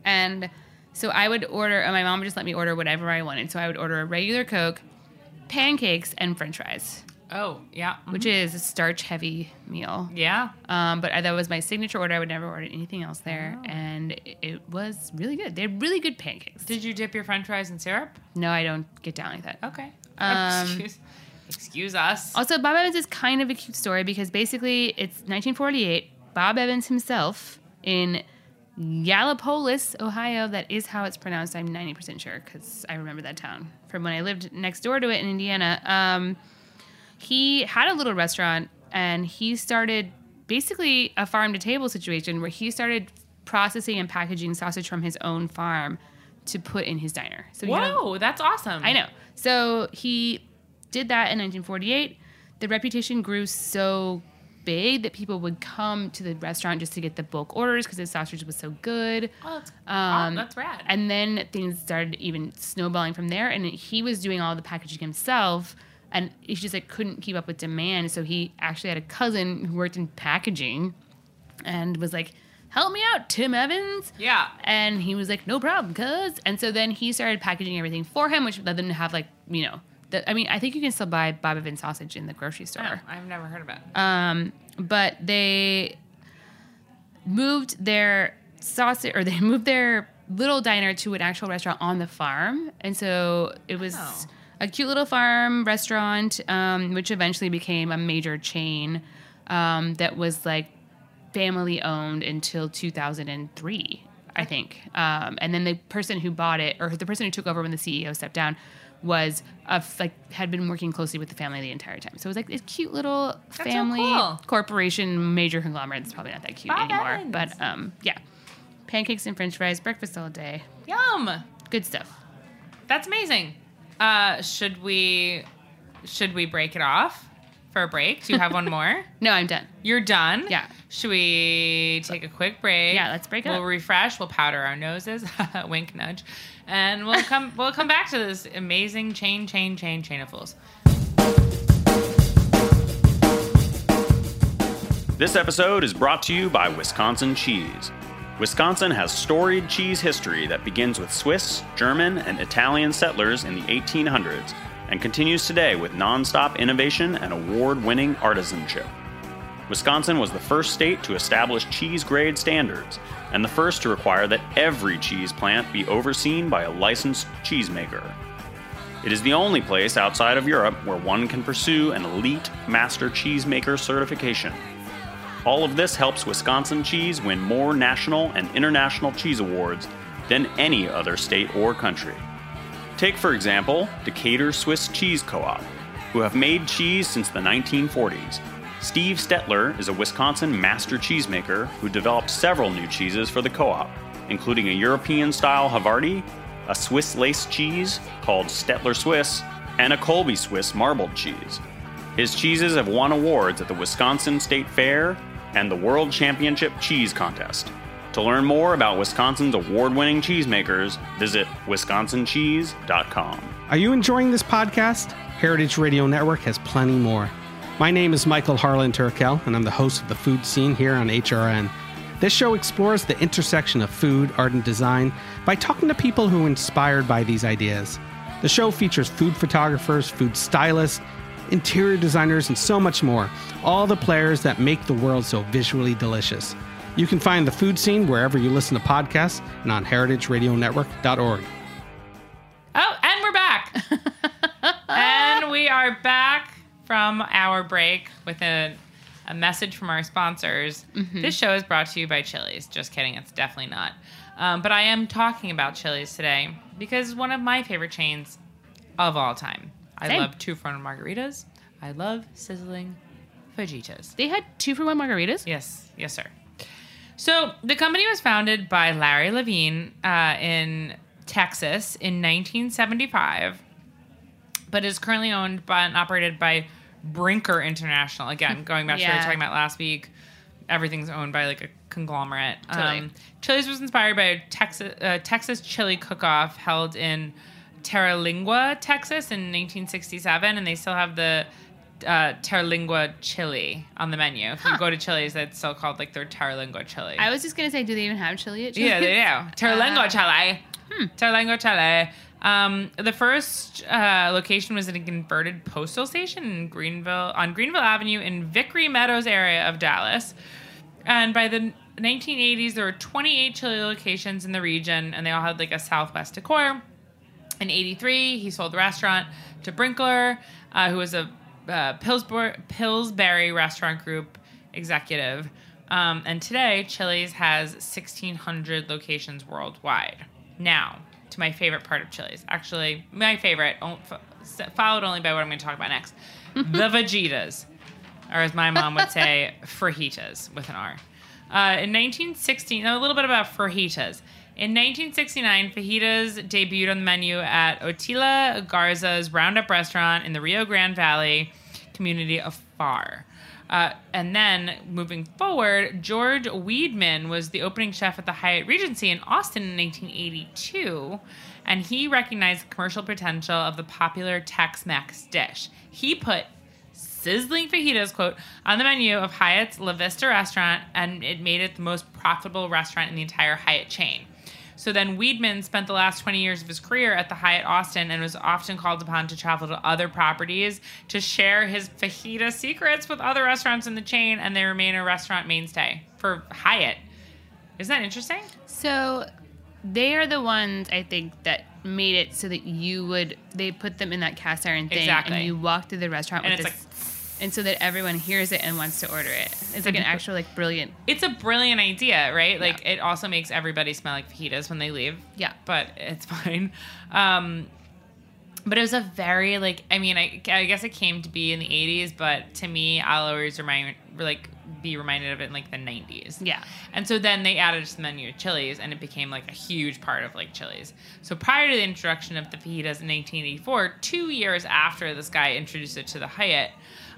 [SPEAKER 3] And so I would order, and my mom would just let me order whatever I wanted. So I would order a regular Coke, pancakes, and french fries,
[SPEAKER 8] Oh yeah,
[SPEAKER 3] which is a starch heavy meal.
[SPEAKER 8] yeah.
[SPEAKER 3] Um, but I, that was my signature order. I would never order anything else there.
[SPEAKER 8] Oh.
[SPEAKER 3] And it, it was really good. They had really good pancakes.
[SPEAKER 8] Did you dip your French fries in syrup?
[SPEAKER 3] no, I don't get down like that.
[SPEAKER 8] Okay.
[SPEAKER 3] *laughs* Um,
[SPEAKER 8] excuse, excuse us.
[SPEAKER 3] Also, Bob Evans is kind of a cute story because basically it's 1948. Bob Evans himself in Gallipolis, Ohio. That is how it's pronounced. I'm 90% sure because I remember that town from when I lived next door to it in Indiana. Um, he had a little restaurant and he started basically uh, a farm to table situation where he started processing and packaging sausage from his own farm to put in his diner. So he had a-
[SPEAKER 8] Whoa, that's awesome.
[SPEAKER 3] I know. So he did that in 1948. The reputation grew so big that people would come to the restaurant just to get the bulk orders because the sausage was so good.
[SPEAKER 8] Oh, that's,
[SPEAKER 3] Um,
[SPEAKER 8] oh, that's rad.
[SPEAKER 3] And then things started even snowballing from there. And he was doing all the packaging himself. And he just like couldn't keep up with demand. So he actually had a cousin who worked in packaging and was like, help me out, Tim Evans.
[SPEAKER 8] yeah.
[SPEAKER 3] And he was like, no problem, cuz. And so then he started packaging everything for him, which led them to have like, you know, the, I mean, I think you can still buy Bob Evans sausage in the grocery
[SPEAKER 8] Oh,
[SPEAKER 3] store.
[SPEAKER 8] I've never heard of it.
[SPEAKER 3] Um, but they moved their sausage or
[SPEAKER 9] *laughs*
[SPEAKER 3] they moved their little diner to an actual restaurant on the farm. And so it was
[SPEAKER 8] Oh.
[SPEAKER 3] a cute little farm restaurant, um, which eventually became a major chain um, that was like family owned until 2003, I think. Um, and then the person who bought it, or the person who took over when the CEO stepped down, was a f- like had been working closely with the family the entire time. So it was like this cute little family
[SPEAKER 8] cool.
[SPEAKER 3] corporation, major conglomerate. It's probably not that cute
[SPEAKER 8] Bob
[SPEAKER 3] anymore,
[SPEAKER 8] Evans.
[SPEAKER 3] but um, yeah, pancakes and French fries, breakfast all day,
[SPEAKER 8] Yum.
[SPEAKER 3] good stuff.
[SPEAKER 8] That's amazing. Uh, should we should we break it off for a break? Do you
[SPEAKER 3] *laughs*
[SPEAKER 8] have one more?
[SPEAKER 3] No, I'm done.
[SPEAKER 8] You're done.
[SPEAKER 3] Yeah.
[SPEAKER 8] Should we take a quick break?
[SPEAKER 3] Yeah, let's break
[SPEAKER 8] we'll
[SPEAKER 3] up.
[SPEAKER 8] refresh. We'll powder our noses. *laughs* Wink, nudge, and we'll come. we'll come back to this amazing chain, chain, chain, chain of fools.
[SPEAKER 2] This episode is brought to you by Wisconsin Cheese. Wisconsin has storied cheese history that begins with Swiss, German, and Italian settlers in the 1800s and continues today with nonstop innovation and award winning artisanship. Wisconsin was the first state to establish cheese grade standards and the first to require that every cheese plant be overseen by a licensed cheesemaker. It is the only place outside of Europe where one can pursue an elite master cheesemaker certification. All of this helps Wisconsin cheese win more national and international cheese awards than any other state or country. Take, for example, Decatur Swiss Cheese Co op, who have made cheese since the 1940s. Steve Stetler is a Wisconsin master cheesemaker who developed several new cheeses for the co op, including a European style Havarti, a Swiss lace cheese called Stetler Swiss, and a Colby Swiss marbled cheese. His cheeses have won awards at the Wisconsin State Fair and the World Championship Cheese Contest. To learn more about Wisconsin's award winning cheesemakers, visit wisconsincheese.com.
[SPEAKER 10] Are you enjoying this podcast? Heritage Radio Network has plenty more. My name is Michael Harlan Turkel, and I'm the host of the food scene here on HRN. This show explores the intersection of food, art, and design by talking to people who are inspired by these ideas. The show features food photographers, food stylists, interior designers, and so much more. All the players that make the world so visually delicious. You can find the food scene wherever you listen to podcasts and on heritageradionetwork.org.
[SPEAKER 8] Oh, and we're back.
[SPEAKER 9] *laughs*
[SPEAKER 8] and we are back from our break with a, a message from our sponsors.
[SPEAKER 9] Mm-hmm.
[SPEAKER 8] This show is brought to you by Chili's. Just kidding, it's definitely not. Um, but I am talking about Chili's today because one of my favorite chains of all time. I
[SPEAKER 9] Same.
[SPEAKER 8] love two for one margaritas. I love sizzling fajitas.
[SPEAKER 9] They had two for one margaritas.
[SPEAKER 8] Yes, yes, sir. So the company was founded by Larry Levine uh, in Texas in 1975, but is currently owned by and operated by Brinker International. Again, going back to what we
[SPEAKER 9] Yeah.
[SPEAKER 8] were talking about last week, everything's owned by like a conglomerate. Um,
[SPEAKER 9] Totally.
[SPEAKER 8] Chili's was inspired by a Texas uh, Texas chili cook-off held in Terralingua, Texas, in 1967, and they still have the uh, Terlingua chili on the menu. If you go to Chili's, that's still called like their Terlingua chili.
[SPEAKER 9] I was just gonna say, do they even have chili at Chili's?
[SPEAKER 8] yeah, they do. Terlingua chili. Terlingua chili. Um, the first uh, location was at a converted postal station in Greenville on Greenville Avenue in Vickery Meadows area of Dallas. And by the 1980s, there were 28 chili locations in the region, and they all had like a Southwest decor. In '83, he sold the restaurant to Brinkler, uh, who was a uh, Pillsbury, Pillsbury restaurant group executive. Um, and today, Chili's has 1,600 locations worldwide. Now, to my favorite part of Chili's. Actually, my favorite, o- fo- followed only by what I'm going to talk about next the Vegetas or as my mom would say, fajitas with an R. Uh, in 1916, now a little bit about fajitas. In 1969, fajitas debuted on the menu at Otila Garza's Roundup Restaurant in the Rio Grande Valley community of Far. Uh, and then moving forward, George Weedman was the opening chef at the Hyatt Regency in Austin in 1982, and he recognized the commercial potential of the popular Tex Mex dish. He put sizzling fajitas quote on the menu of Hyatt's La Vista restaurant, and it made it the most profitable restaurant in the entire Hyatt chain. So then Weedman spent the last 20 years of his career at the Hyatt Austin and was often called upon to travel to other properties to share his fajita secrets with other restaurants in the chain, and they remain a restaurant mainstay for Hyatt. Isn't that interesting?
[SPEAKER 9] So they are the ones I think that made it so that you would they put them in that cast iron thing
[SPEAKER 8] Exactly.
[SPEAKER 9] and you walk through the restaurant
[SPEAKER 8] And
[SPEAKER 9] with
[SPEAKER 8] it's
[SPEAKER 9] this, and so that everyone hears it and wants to order it. It's like an actual like brilliant
[SPEAKER 8] It's a brilliant idea, right? Like it also makes everybody smell like fajitas when they leave.
[SPEAKER 9] Yeah.
[SPEAKER 8] but it's *laughs* fine. Um, but it was a very like I mean I, I guess it came to be in the '80s, but to me I'll always remind like be reminded of it in like the '90s.
[SPEAKER 9] Yeah.
[SPEAKER 8] And so then they added it to the menu of Chili's, and it became like a huge part of like Chili's. So prior to the introduction of the fajitas in 1984, two years after this guy introduced it to the Hyatt,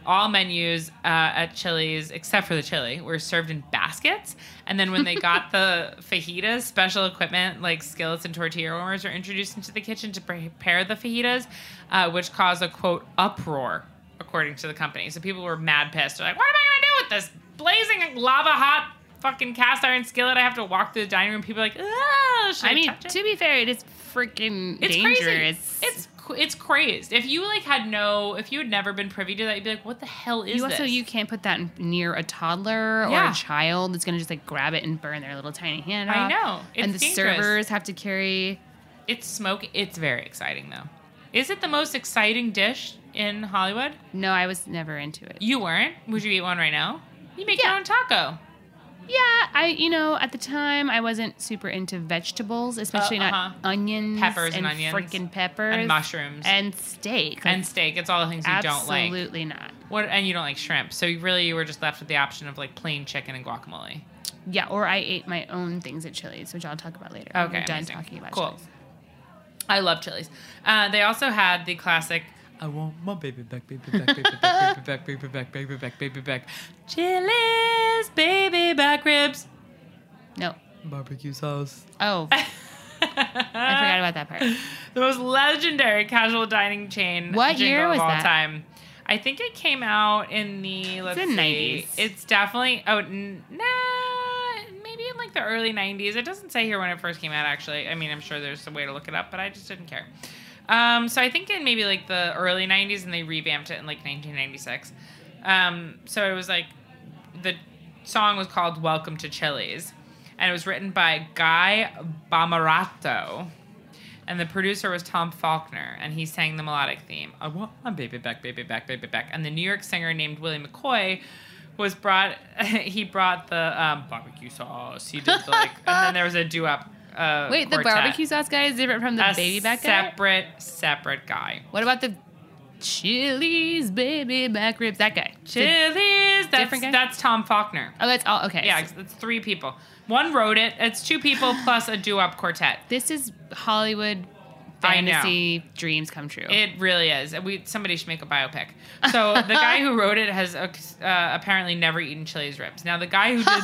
[SPEAKER 8] all menus uh, at Chili's except for the chili were served in baskets. And then when they got the fajitas, special equipment like skillets and tortilla warmers were introduced into the kitchen to prepare the fajitas, uh, which caused a quote uproar according to the company. So people were mad pissed. They're like, what am I going to do with this blazing lava hot fucking cast iron skillet? I have to walk through the dining room. People are like, ah, should I,
[SPEAKER 9] I mean,
[SPEAKER 8] touch it?"
[SPEAKER 9] to be fair, it is freaking
[SPEAKER 8] it's
[SPEAKER 9] dangerous.
[SPEAKER 8] crazy. It's it's crazed. If you like had no, if you had never been privy to that, you'd be like, what the hell is
[SPEAKER 9] you also
[SPEAKER 8] this?
[SPEAKER 9] you can't put that in- near a toddler or
[SPEAKER 8] Yeah.
[SPEAKER 9] a child that's gonna just like grab it and burn their little tiny hand.
[SPEAKER 8] I
[SPEAKER 9] off.
[SPEAKER 8] know.
[SPEAKER 9] and the
[SPEAKER 8] It's dangerous.
[SPEAKER 9] servers have to carry.
[SPEAKER 8] It's smoke. It's very exciting though. Is it the most exciting dish in Hollywood?
[SPEAKER 9] No, I was never into it.
[SPEAKER 8] You weren't. Would you eat one right now? You make your own taco.
[SPEAKER 9] Yeah, I you know at the time I wasn't super into vegetables, especially
[SPEAKER 8] uh-huh.
[SPEAKER 9] not onions,
[SPEAKER 8] *laughs* Peppers and onions.
[SPEAKER 9] freaking peppers,
[SPEAKER 8] And mushrooms.
[SPEAKER 9] and steak,
[SPEAKER 8] And steak. It's all the things you don't like.
[SPEAKER 9] Absolutely not.
[SPEAKER 8] What and you don't like shrimp, so you really you were just left with the option of like plain chicken and guacamole.
[SPEAKER 9] Yeah, or I ate my own things at Chili's, which I'll talk about later. when
[SPEAKER 8] Okay,
[SPEAKER 9] we're done
[SPEAKER 8] amazing.
[SPEAKER 9] talking about
[SPEAKER 8] cool.
[SPEAKER 9] Chili's.
[SPEAKER 8] I love Chili's. Uh, they also had the classic. I want my baby back, baby back, baby back, baby back, baby back, baby back, baby back. Chili's baby back ribs.
[SPEAKER 9] No.
[SPEAKER 8] Barbecue sauce. *laughs*
[SPEAKER 9] Oh, I forgot about that part.
[SPEAKER 8] The most legendary casual dining chain.
[SPEAKER 9] What
[SPEAKER 8] jingle
[SPEAKER 9] year
[SPEAKER 8] of
[SPEAKER 9] was
[SPEAKER 8] all
[SPEAKER 9] that?
[SPEAKER 8] Time. I think it came out in the let's
[SPEAKER 9] the
[SPEAKER 8] see,
[SPEAKER 9] 90s.
[SPEAKER 8] It's definitely oh n- nah, maybe in like the early '90s. It doesn't say here when it first came out. Actually, I mean, I'm sure there's a way to look it up, but I just didn't care. Um, so I think in maybe like the early '90s, and they revamped it in like 1996. Um, so it was like the song was called "Welcome to Chili's," and it was written by Guy Bamarato and the producer was Tom Faulkner, and he sang the melodic theme. I want my baby back, baby back, baby back. And the New York singer named Willie McCoy was brought. *laughs* he brought the um, barbecue sauce. He did the, like, and then there was a duet. Uh,
[SPEAKER 9] Wait, the
[SPEAKER 8] quartet.
[SPEAKER 9] barbecue sauce guy is different from the
[SPEAKER 8] a
[SPEAKER 9] baby back guy.
[SPEAKER 8] separate, separate guy.
[SPEAKER 9] What about the Chili's baby back ribs? That guy.
[SPEAKER 8] Chili's. That's
[SPEAKER 9] Different guy?
[SPEAKER 8] that's Tom Faulkner.
[SPEAKER 9] Oh, that's all. Okay.
[SPEAKER 8] Yeah,
[SPEAKER 9] so
[SPEAKER 8] it's, it's three people. One wrote it. It's two people plus a duet quartet.
[SPEAKER 9] this is Hollywood
[SPEAKER 8] I know.
[SPEAKER 9] fantasy dreams come true.
[SPEAKER 8] It really is. We somebody should make a biopic. So the
[SPEAKER 9] *laughs*
[SPEAKER 8] guy who wrote it has uh, apparently never eaten Chili's ribs. Now the guy
[SPEAKER 9] *laughs*
[SPEAKER 8] who did,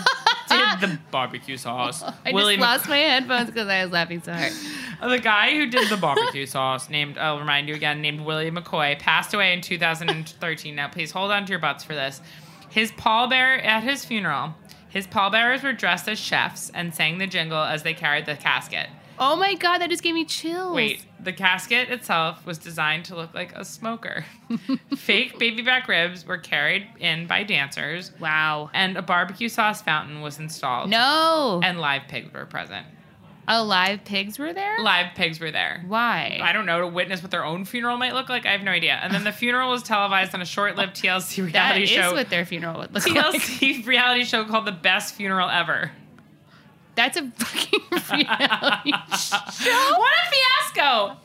[SPEAKER 8] did the barbecue sauce,
[SPEAKER 9] I
[SPEAKER 8] Willie
[SPEAKER 9] just lost my headphones because I was laughing so hard.
[SPEAKER 8] Mc- *laughs* the guy who did the barbecue sauce, named I'll remind you again, named Willie McCoy, passed away in 2013. Now please hold on to your butts for this. His pallbearer at his funeral, his pallbearers were dressed as chefs and sang the jingle as they carried the casket.
[SPEAKER 9] Oh my god, that just gave me chills.
[SPEAKER 8] Wait, the casket itself was designed to look like
[SPEAKER 9] *laughs*
[SPEAKER 8] a smoker. Fake baby back ribs were carried in by dancers,
[SPEAKER 9] Wow.
[SPEAKER 8] and a barbecue sauce fountain was installed.
[SPEAKER 9] No.
[SPEAKER 8] And live pigs were present.
[SPEAKER 9] oh, live pigs were there?
[SPEAKER 8] Live pigs were there.
[SPEAKER 9] Why?
[SPEAKER 8] I don't know, to witness what their own funeral might look like? I have no idea. And then the funeral was televised on a short lived
[SPEAKER 9] *laughs*
[SPEAKER 8] TLC
[SPEAKER 9] that
[SPEAKER 8] reality
[SPEAKER 9] is
[SPEAKER 8] show.
[SPEAKER 9] what their funeral would look like.
[SPEAKER 8] TLC *laughs* reality show called The Best Funeral Ever.
[SPEAKER 9] That's a fucking *laughs* reality show.
[SPEAKER 8] *laughs* What a fiasco!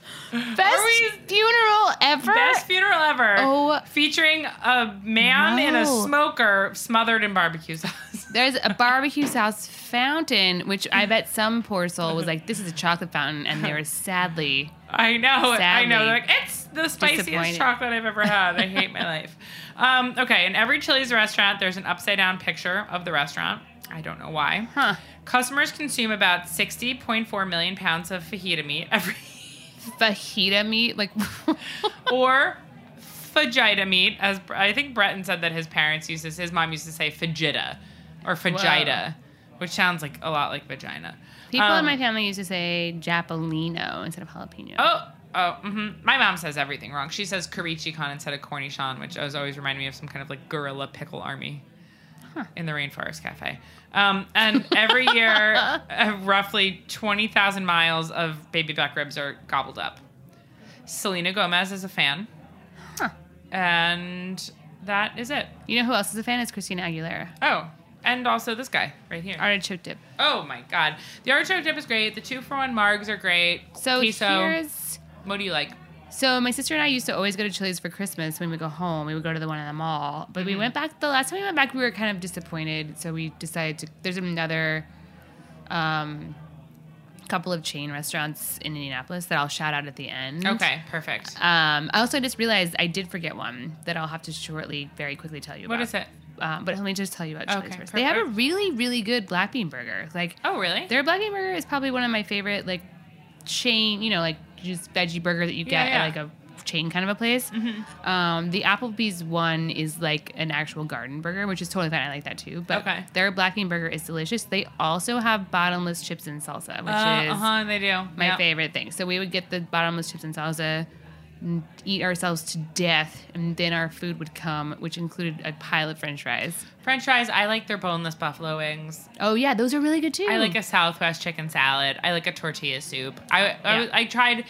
[SPEAKER 9] Best
[SPEAKER 8] we-
[SPEAKER 9] funeral ever.
[SPEAKER 8] Best funeral ever.
[SPEAKER 9] Oh.
[SPEAKER 8] featuring a man in a
[SPEAKER 9] No.
[SPEAKER 8] smoker smothered in barbecue sauce. *laughs*
[SPEAKER 9] There's a barbecue sauce fountain, which I bet some poor soul was like, "This is a chocolate fountain," and they were sadly
[SPEAKER 8] I know. I
[SPEAKER 9] Sadly
[SPEAKER 8] know. They're like, it's the spiciest
[SPEAKER 9] disappointed.
[SPEAKER 8] chocolate I've ever had. I hate my
[SPEAKER 9] *laughs*
[SPEAKER 8] life. Um, okay, in every Chili's restaurant, there's an upside down picture of the restaurant. I don't know why.
[SPEAKER 9] Huh.
[SPEAKER 8] Customers consume about 60.4 million pounds of fajita meat every
[SPEAKER 9] fajita meat. Like, *laughs*
[SPEAKER 8] or fajita meat, as Bre- I think Breton said that his parents used this. His mom used to say fajita or fajita, which sounds like a lot like vagina.
[SPEAKER 9] people
[SPEAKER 8] Um,
[SPEAKER 9] in my family used to say "japolino" instead of jalapeno.
[SPEAKER 8] Oh, oh, mm-hmm. my mom says everything wrong. She says Karichikon instead of cornichon, which was always reminding me of some kind of like guerrilla pickle army in the Rainforest Cafe. Um, and every
[SPEAKER 9] *laughs*
[SPEAKER 8] year, uh, roughly 20,000 miles of baby back ribs are gobbled up. Selena Gomez is a fan. And that is it.
[SPEAKER 9] You know who else is a fan? Is Christina Aguilera.
[SPEAKER 8] Oh, and also this guy right here.
[SPEAKER 9] Artichoke dip.
[SPEAKER 8] Oh my God. The artichoke dip is great. The two for one margs are great.
[SPEAKER 9] So
[SPEAKER 8] Queso.
[SPEAKER 9] here's.
[SPEAKER 8] What do you like?
[SPEAKER 9] So my sister and I used to always go to Chili's for Christmas when we go home. We would go to the one in the mall, but
[SPEAKER 8] Mm-hmm.
[SPEAKER 9] we went back. The last time we went back, we were kind of disappointed. So we decided to. There's another, um, couple of chain restaurants in Indianapolis that I'll shout out at the end.
[SPEAKER 8] Okay, perfect.
[SPEAKER 9] Um, I also just realized I did forget one that I'll have to shortly, very quickly tell you about.
[SPEAKER 8] What is it?
[SPEAKER 9] Um, but let me just tell you about Chili's
[SPEAKER 8] Okay,
[SPEAKER 9] first. They have a
[SPEAKER 8] perfect.
[SPEAKER 9] really, really good black bean burger. Like,
[SPEAKER 8] Oh, really?
[SPEAKER 9] Their black bean burger is probably one of my favorite, like, chain, you know, like just veggie burger that you get
[SPEAKER 8] Yeah, Mm-hmm. yeah.
[SPEAKER 9] at like a chain kind of a place. Um, the Applebee's one is like an actual garden burger, which is totally fine. I like that too. But
[SPEAKER 8] Okay.
[SPEAKER 9] their black bean burger is delicious. They also have bottomless chips and salsa, which
[SPEAKER 8] uh,
[SPEAKER 9] is
[SPEAKER 8] huh they do.
[SPEAKER 9] my
[SPEAKER 8] Yep.
[SPEAKER 9] favorite thing. So we would get the bottomless chips and salsa. and eat ourselves to death, and then our food would come, which included a pile of French fries.
[SPEAKER 8] French fries. I like their boneless buffalo wings.
[SPEAKER 9] Oh yeah, those are really good too.
[SPEAKER 8] I like a Southwest chicken salad. I like a tortilla soup. I I, was- I tried.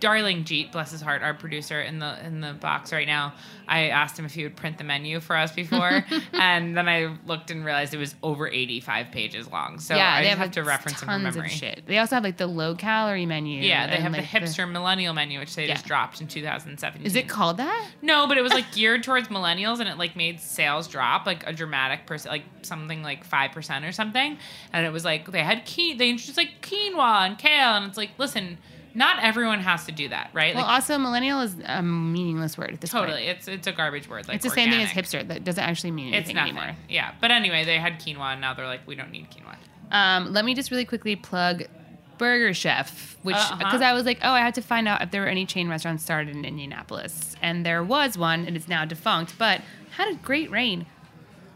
[SPEAKER 8] Darling Jeet, bless his heart, our producer in the in the box right now. I asked him if he would print the menu for us
[SPEAKER 9] *laughs*
[SPEAKER 8] before, and then I looked and realized it was over eighty five pages long. So I just have,
[SPEAKER 9] a-
[SPEAKER 8] to reference them from
[SPEAKER 9] tons of
[SPEAKER 8] memory.
[SPEAKER 9] shit. They also have like the low calorie menu.
[SPEAKER 8] Yeah, they
[SPEAKER 9] and,
[SPEAKER 8] have the
[SPEAKER 9] like,
[SPEAKER 8] hipster millennial menu, which they
[SPEAKER 9] Yeah.
[SPEAKER 8] just dropped in 2017.
[SPEAKER 9] Is it called that?
[SPEAKER 8] No, but it was like geared towards millennials, and it like made sales drop like a dramatic percent, like something like five percent or something. And it was like they had quinoa, they introduced like quinoa and kale, and it's like, listen, not everyone has to do that, right?
[SPEAKER 9] Well,
[SPEAKER 8] like,
[SPEAKER 9] also millennial is a meaningless word at this point.
[SPEAKER 8] totally, it's it's a garbage word. Like
[SPEAKER 9] it's the same thing as hipster. That doesn't actually mean
[SPEAKER 8] It's
[SPEAKER 9] anything
[SPEAKER 8] nothing.
[SPEAKER 9] anymore.
[SPEAKER 8] Yeah, but anyway, they had quinoa, and now they're like, we don't need quinoa.
[SPEAKER 9] Um, let me just really quickly plug Burger Chef, which
[SPEAKER 8] Uh-huh.
[SPEAKER 9] because I was like, oh, I had to find out if there were any chain restaurants started in Indianapolis, and there was one, and it's now defunct, but had a great reign.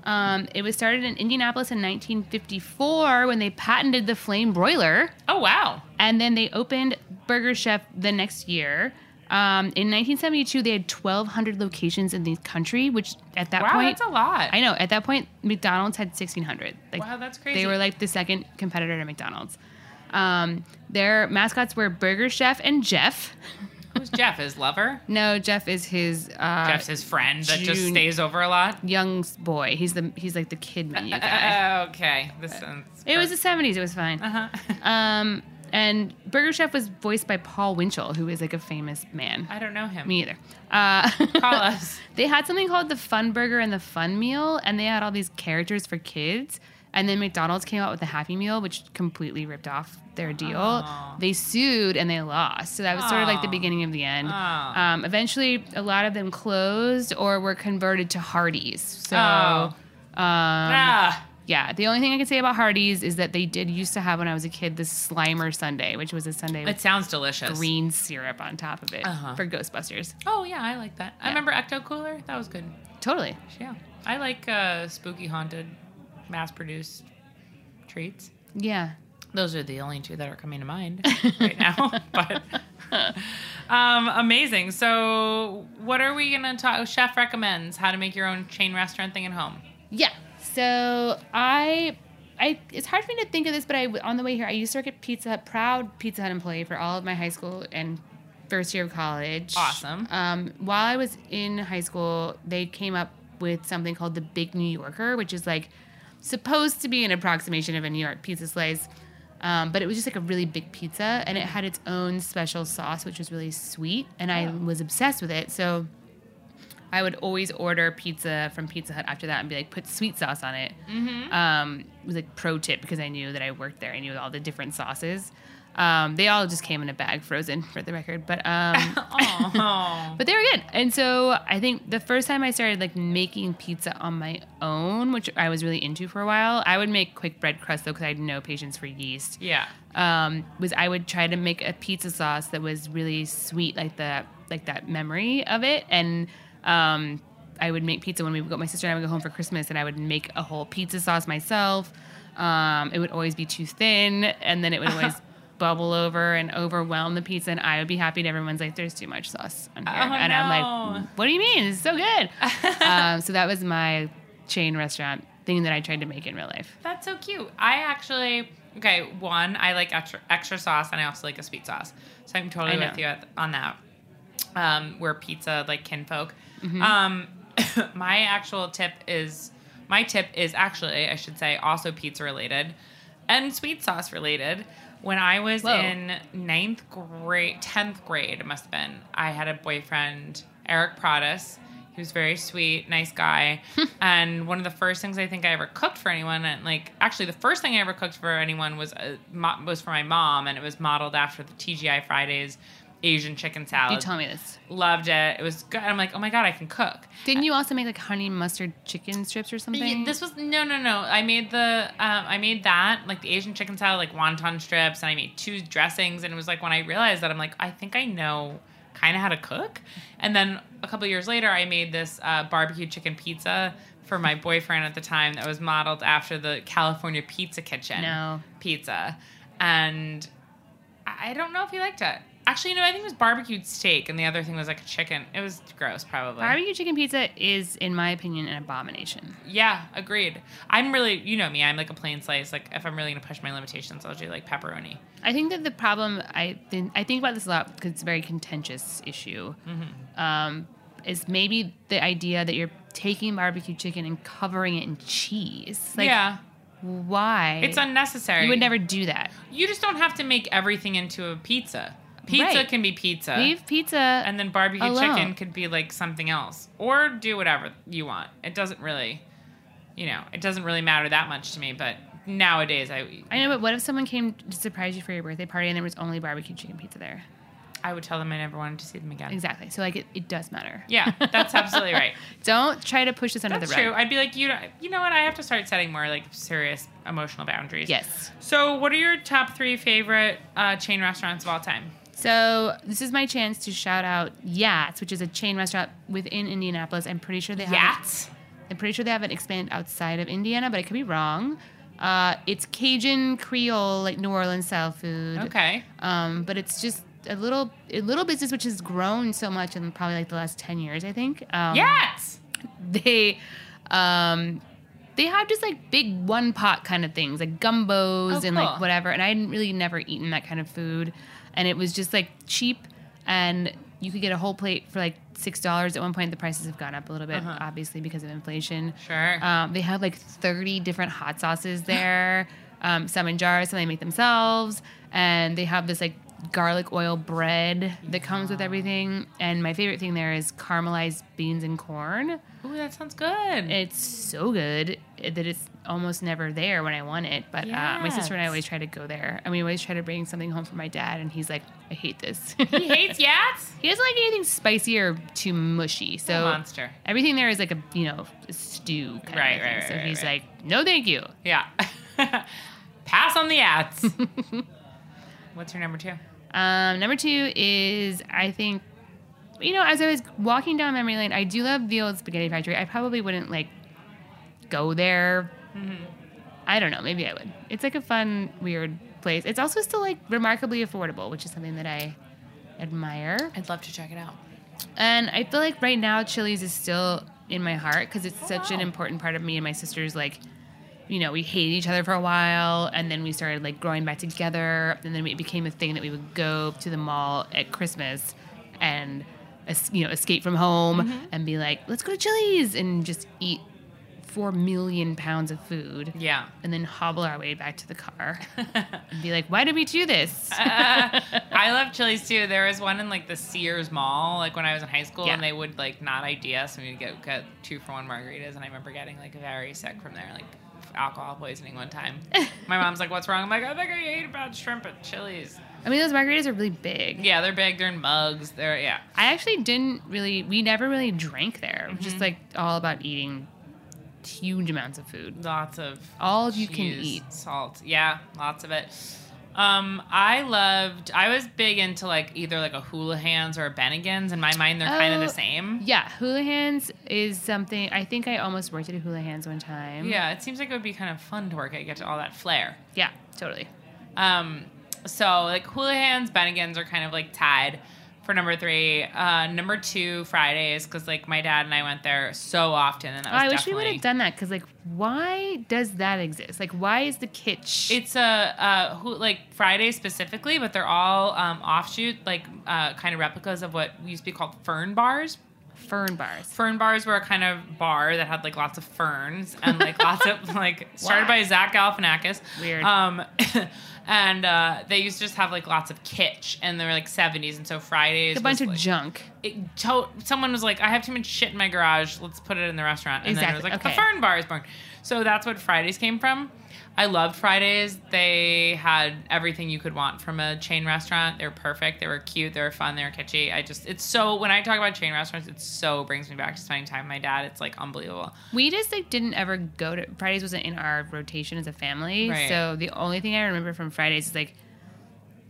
[SPEAKER 9] Um, it was started in Indianapolis in 1954 when they patented the flame broiler.
[SPEAKER 8] Oh wow!
[SPEAKER 9] And then they opened Burger Chef the next year. Um, in 1972, they had 1,200 locations in the country, which at that
[SPEAKER 8] wow,
[SPEAKER 9] point,
[SPEAKER 8] that's a lot.
[SPEAKER 9] I know. At that point, McDonald's had 1,600. Like,
[SPEAKER 8] Wow, that's
[SPEAKER 9] They
[SPEAKER 8] crazy.
[SPEAKER 9] were like the second competitor to McDonald's. Um, their mascots were Burger Chef and Jeff.
[SPEAKER 8] Who's Jeff? His lover?
[SPEAKER 9] *laughs* No, Jeff is his uh,
[SPEAKER 8] Jeff's his friend that just
[SPEAKER 9] June-
[SPEAKER 8] stays over a lot.
[SPEAKER 9] young s- boy. He's the he's like the kid menu
[SPEAKER 8] *laughs*
[SPEAKER 9] guy.
[SPEAKER 8] Uh, okay, this sounds.
[SPEAKER 9] It was the 70s. It was fine.
[SPEAKER 8] Uh-huh.
[SPEAKER 9] *laughs* Um, and Burger Chef was voiced by Paul Winchell, who is like a famous man.
[SPEAKER 8] I don't know him.
[SPEAKER 9] Me either. Uh, *laughs*
[SPEAKER 8] Call us.
[SPEAKER 9] They had something called the Fun Burger and the Fun Meal, and they had all these characters for kids. And then McDonald's came out with the Happy Meal, which completely ripped off their deal.
[SPEAKER 8] Oh.
[SPEAKER 9] They sued and they lost. So that was sort of like the
[SPEAKER 8] Aw.
[SPEAKER 9] beginning of the
[SPEAKER 8] Oh.
[SPEAKER 9] end.
[SPEAKER 8] Aw.
[SPEAKER 9] Um, eventually, a lot of them closed or were converted to Hardee's. So,
[SPEAKER 8] Oh.
[SPEAKER 9] um,
[SPEAKER 8] Ah,
[SPEAKER 9] yeah, the only thing I can say about Hardee's is that they did used to have when I was a kid this Slimer Sunday, which was a Sunday
[SPEAKER 8] it
[SPEAKER 9] with
[SPEAKER 8] sounds delicious.
[SPEAKER 9] green syrup on top of it
[SPEAKER 8] Uh-huh.
[SPEAKER 9] for Ghostbusters.
[SPEAKER 8] Oh yeah, I like that. I remember Ecto Cooler. That was good.
[SPEAKER 9] Totally.
[SPEAKER 8] Yeah, I like uh, spooky haunted, mass-produced treats.
[SPEAKER 9] Yeah.
[SPEAKER 8] Those are the only two that are coming
[SPEAKER 9] *laughs*
[SPEAKER 8] to mind right now. but um, amazing. So, what are we gonna talk? Chef recommends how to make your own chain restaurant thing at home.
[SPEAKER 9] Yeah. So I, I it's hard for me to think of this, but I on the way here I used to work at Pizza Hut, proud Pizza Hut employee for all of my high school and first year of college.
[SPEAKER 8] Awesome.
[SPEAKER 9] Um, while I was in high school, they came up with something called the Big New Yorker, which is like supposed to be an approximation of a New York pizza slice. Um, but it was just like a really big pizza, and it had its own special sauce, which was really sweet, and I was obsessed with it. So I would always order pizza from Pizza Hut after that and be like, put sweet sauce on it. Um, it was like pro tip because I knew that I worked there. I knew all the different sauces. Um, they all just came in a bag, frozen for the record, but um,
[SPEAKER 8] Oh,
[SPEAKER 9] *laughs* but they were good. And so I think the first time I started like making pizza on my own, which I was really into for a while, I would make quick bread crust though because I had no patience for yeast
[SPEAKER 8] yeah.
[SPEAKER 9] um, was I would try to make a pizza sauce that was really sweet, like the like that memory of it, and um, I would make pizza when we would go. My sister and I would go home for Christmas, and I would make a whole pizza sauce myself. Um, it would always be too thin, and then it would
[SPEAKER 8] *laughs*
[SPEAKER 9] always bubble over and overwhelm the pizza. And I would be happy, and everyone's like, "There's too much sauce on here,"
[SPEAKER 8] Oh,
[SPEAKER 9] and I'm
[SPEAKER 8] no.
[SPEAKER 9] like, "What do you mean? It's so
[SPEAKER 8] *laughs*
[SPEAKER 9] good." um, so that was my chain restaurant thing that I tried to make in real life.
[SPEAKER 8] That's so cute. I actually okay. One, I like extra, extra sauce, and I also like a sweet sauce. So I'm totally
[SPEAKER 9] I know.
[SPEAKER 8] with you at, on that. Um, we're pizza like kinfolk.
[SPEAKER 9] Mm-hmm.
[SPEAKER 8] Um, *laughs* my actual tip is my tip is actually I should say also pizza related and sweet sauce related. When I was
[SPEAKER 9] Whoa.
[SPEAKER 8] in ninth grade, tenth grade, it must have been. I had a boyfriend, Eric Pradas. He was very sweet,
[SPEAKER 9] *laughs*
[SPEAKER 8] nice guy. and one of the first things I think I ever cooked for anyone, and like actually the first thing I ever cooked for anyone was uh, mo- was for my mom, and it was modeled after the TGI Fridays Asian chicken salad.
[SPEAKER 9] You tell me this.
[SPEAKER 8] Loved it. It was good. I'm like, oh my god, I can cook.
[SPEAKER 9] Didn't you also make like honey mustard chicken strips or something?
[SPEAKER 8] Yeah, this was no, no, no. I made the um, I made that like the Asian chicken salad, like wonton strips, and I made two dressings. And it was like when I realized that I'm like, I think I know kind of how to cook. And then a couple years later, I made this uh, barbecue chicken pizza for my boyfriend at the time that was modeled after the California Pizza Kitchen
[SPEAKER 9] No.
[SPEAKER 8] pizza, and I I don't know if he liked it. Actually, no, I think it was barbecued steak, and the other thing was like a chicken. It was gross, probably.
[SPEAKER 9] Barbecue chicken pizza is, in my opinion, an abomination.
[SPEAKER 8] Yeah, agreed. I'm really, you know me, I'm like a plain slice. Like, if I'm really gonna push my limitations, I'll do like pepperoni.
[SPEAKER 9] I think that the problem I think I think about this a lot because it's a very contentious issue.
[SPEAKER 8] Mm-hmm.
[SPEAKER 9] Um, is maybe the idea that you're taking barbecue chicken and covering it in cheese. Like,
[SPEAKER 8] yeah,
[SPEAKER 9] why?
[SPEAKER 8] it's unnecessary.
[SPEAKER 9] You would never do that.
[SPEAKER 8] You just don't have to make everything into a pizza. Pizza
[SPEAKER 9] Right.
[SPEAKER 8] can be pizza,
[SPEAKER 9] Leave pizza and
[SPEAKER 8] and then barbecue
[SPEAKER 9] alone.
[SPEAKER 8] chicken could be like something else, or do whatever you want. It doesn't really, you know, it doesn't really matter that much to me. But nowadays, I
[SPEAKER 9] I know, but what if someone came to surprise you for your birthday party and there was only barbecue chicken pizza there?
[SPEAKER 8] I would tell them I never wanted to see them again.
[SPEAKER 9] Exactly. So like it, it does matter.
[SPEAKER 8] Yeah, that's absolutely right.
[SPEAKER 9] *laughs* Don't try to push this under
[SPEAKER 8] That's
[SPEAKER 9] the rug.
[SPEAKER 8] true. I'd be like, you know, you know what? I have to start setting more like serious emotional boundaries.
[SPEAKER 9] Yes.
[SPEAKER 8] So, what are your top three favorite uh, chain restaurants of all time?
[SPEAKER 9] So this is my chance to shout out Yats, which is a chain restaurant within Indianapolis. I'm pretty sure they have
[SPEAKER 8] Yats?
[SPEAKER 9] I'm pretty sure they haven't expanded outside of Indiana, but I could be wrong. Uh, it's Cajun Creole, like New Orleans style food.
[SPEAKER 8] Okay.
[SPEAKER 9] Um, but it's just a little a little business which has grown so much in probably like the last ten years, I think. Um,
[SPEAKER 8] Yats.
[SPEAKER 9] they um they have just like big one pot kind of things like gumbos
[SPEAKER 8] Oh,
[SPEAKER 9] and
[SPEAKER 8] cool.
[SPEAKER 9] like whatever and i hadn't really never eaten that kind of food and it was just like cheap and you could get a whole plate for like six dollars at one point the prices have gone up a little bit
[SPEAKER 8] Uh-huh.
[SPEAKER 9] obviously because of inflation
[SPEAKER 8] Sure.
[SPEAKER 9] um, they have like 30 different hot sauces
[SPEAKER 8] *laughs*
[SPEAKER 9] there um, some in jars some they make themselves and they have this like garlic oil bread that comes with everything and my favorite thing there is caramelized beans and corn
[SPEAKER 8] Ooh, that sounds good.
[SPEAKER 9] it's so good that it's almost never there when I want it. But uh, my sister and I
[SPEAKER 8] Yes.
[SPEAKER 9] always try to go there, and we always try to bring something home for my dad, and he's like, "I hate this."
[SPEAKER 8] he
[SPEAKER 9] *laughs*
[SPEAKER 8] hates Yats.
[SPEAKER 9] He doesn't like anything spicy or too mushy. So
[SPEAKER 8] monster.
[SPEAKER 9] Everything there is like a you know a stew. Kind
[SPEAKER 8] Right,
[SPEAKER 9] of thing.
[SPEAKER 8] right,
[SPEAKER 9] So
[SPEAKER 8] right,
[SPEAKER 9] he's
[SPEAKER 8] right.
[SPEAKER 9] like, "No, thank you."
[SPEAKER 8] Yeah. *laughs* Pass on the Yats.
[SPEAKER 9] *laughs*
[SPEAKER 8] What's your number two?
[SPEAKER 9] Um, number two is I think, you know, as I was walking down memory lane, I do love the old spaghetti factory. I probably wouldn't like go there.
[SPEAKER 8] Mm-hmm.
[SPEAKER 9] I don't know. Maybe I would. It's like a fun, weird place. It's also still like remarkably affordable, which is something that I admire.
[SPEAKER 8] I'd love to check it out.
[SPEAKER 9] And I feel like right now Chili's is still in my heart because
[SPEAKER 8] Oh,
[SPEAKER 9] it's such an important part of me and my sister's like you know, we hated each other for a while and then we started like growing back together and then it became a thing that we would go to the mall at Christmas and es- you know, escape from home and be like, "Let's go to Chili's" and just eat 4 million pounds of food
[SPEAKER 8] Yeah.
[SPEAKER 9] and then hobble our way back to the car and be like, "Why did we do this?"
[SPEAKER 8] *laughs* I love Chili's too. There was one in like the Sears Mall, like when I was in high school,
[SPEAKER 9] Yeah.
[SPEAKER 8] and they would like not ID us, and we'd get, get two for one margaritas. And I remember getting like very sick from there, like alcohol poisoning one
[SPEAKER 9] *laughs*
[SPEAKER 8] time. My mom's like, "What's wrong?" I'm like, "I think I ate about shrimp at Chili's."
[SPEAKER 9] I mean, those margaritas are really big.
[SPEAKER 8] Yeah, they're big. They're in mugs. They're yeah.
[SPEAKER 9] I actually didn't really. We never really drank there. It was
[SPEAKER 8] Mm-hmm.
[SPEAKER 9] Just like all about eating huge amounts of food.
[SPEAKER 8] Lots of
[SPEAKER 9] All you can eat.
[SPEAKER 8] Salt. Yeah, lots of it. Um, I loved. I was big into like either like a Houlihan's or a Bennigan's. In my mind, they're kind of
[SPEAKER 9] Oh,
[SPEAKER 8] the same.
[SPEAKER 9] Yeah, Houlihan's is something. I think I almost worked at a Houlihan's one time.
[SPEAKER 8] Yeah, it seems like it would be kind of fun to work at. Get to all that flair.
[SPEAKER 9] yeah, totally.
[SPEAKER 8] Um, so like Houlihan's, Bennigan's are kind of like tied for number three. Uh, number two, Fridays, because like my dad and I went there so often, and that was
[SPEAKER 9] Oh, I wish we would
[SPEAKER 8] definitely-
[SPEAKER 9] have done that because, like, why does that exist? Like, why is the kitsch?
[SPEAKER 8] It's a uh, who, like Friday specifically, but they're all um, offshoot like uh, kind of replicas of what used to be called fern bars.
[SPEAKER 9] fern bars.
[SPEAKER 8] Fern bars were a kind of bar that had like lots of ferns and like lots of *laughs* like started by Zach Galifianakis.
[SPEAKER 9] Weird.
[SPEAKER 8] Um, *laughs* and uh, they used to just have like lots of kitsch, and they were like seventies, and so Fridays
[SPEAKER 9] A bunch
[SPEAKER 8] was,
[SPEAKER 9] of
[SPEAKER 8] like,
[SPEAKER 9] junk.
[SPEAKER 8] it to- someone was like, I have too much shit in my garage. Let's put it in the restaurant. And then it was
[SPEAKER 9] Exactly,
[SPEAKER 8] like, the
[SPEAKER 9] okay.
[SPEAKER 8] fern bar is born. So that's what Fridays came from. I loved Fridays. They had everything you could want from a chain restaurant. They were perfect. They were cute. They were fun. They were kitschy. I just, it's so, when I talk about chain restaurants, it so brings me back to spending time with my dad. It's like unbelievable.
[SPEAKER 9] We just like didn't ever go to Fridays wasn't in our rotation as a family.
[SPEAKER 8] Right.
[SPEAKER 9] So the only thing I remember from Fridays is like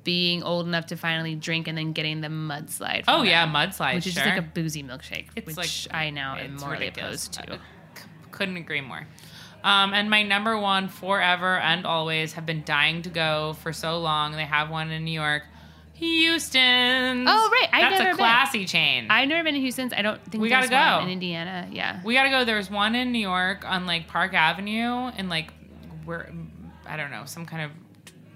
[SPEAKER 9] being old enough to finally drink and then getting the mudslide. from
[SPEAKER 8] Oh,
[SPEAKER 9] it,
[SPEAKER 8] yeah, mudslide.
[SPEAKER 9] which is
[SPEAKER 8] sure.
[SPEAKER 9] just like a boozy milkshake,
[SPEAKER 8] It's
[SPEAKER 9] which
[SPEAKER 8] like-
[SPEAKER 9] I now am
[SPEAKER 8] it's
[SPEAKER 9] morally
[SPEAKER 8] ridiculous.
[SPEAKER 9] opposed to.
[SPEAKER 8] Uh, c- couldn't agree more. Um, and my number one forever and always have been dying to go for so long. They have one in New York. Houston's.
[SPEAKER 9] Oh, right. I've
[SPEAKER 8] That's
[SPEAKER 9] never
[SPEAKER 8] a
[SPEAKER 9] been.
[SPEAKER 8] classy chain.
[SPEAKER 9] I've never been to Houston's. I don't think
[SPEAKER 8] We gotta
[SPEAKER 9] there's one
[SPEAKER 8] go.
[SPEAKER 9] in Indiana. Yeah.
[SPEAKER 8] We gotta go. There's one in New York on like Park Avenue and like where I don't know some kind of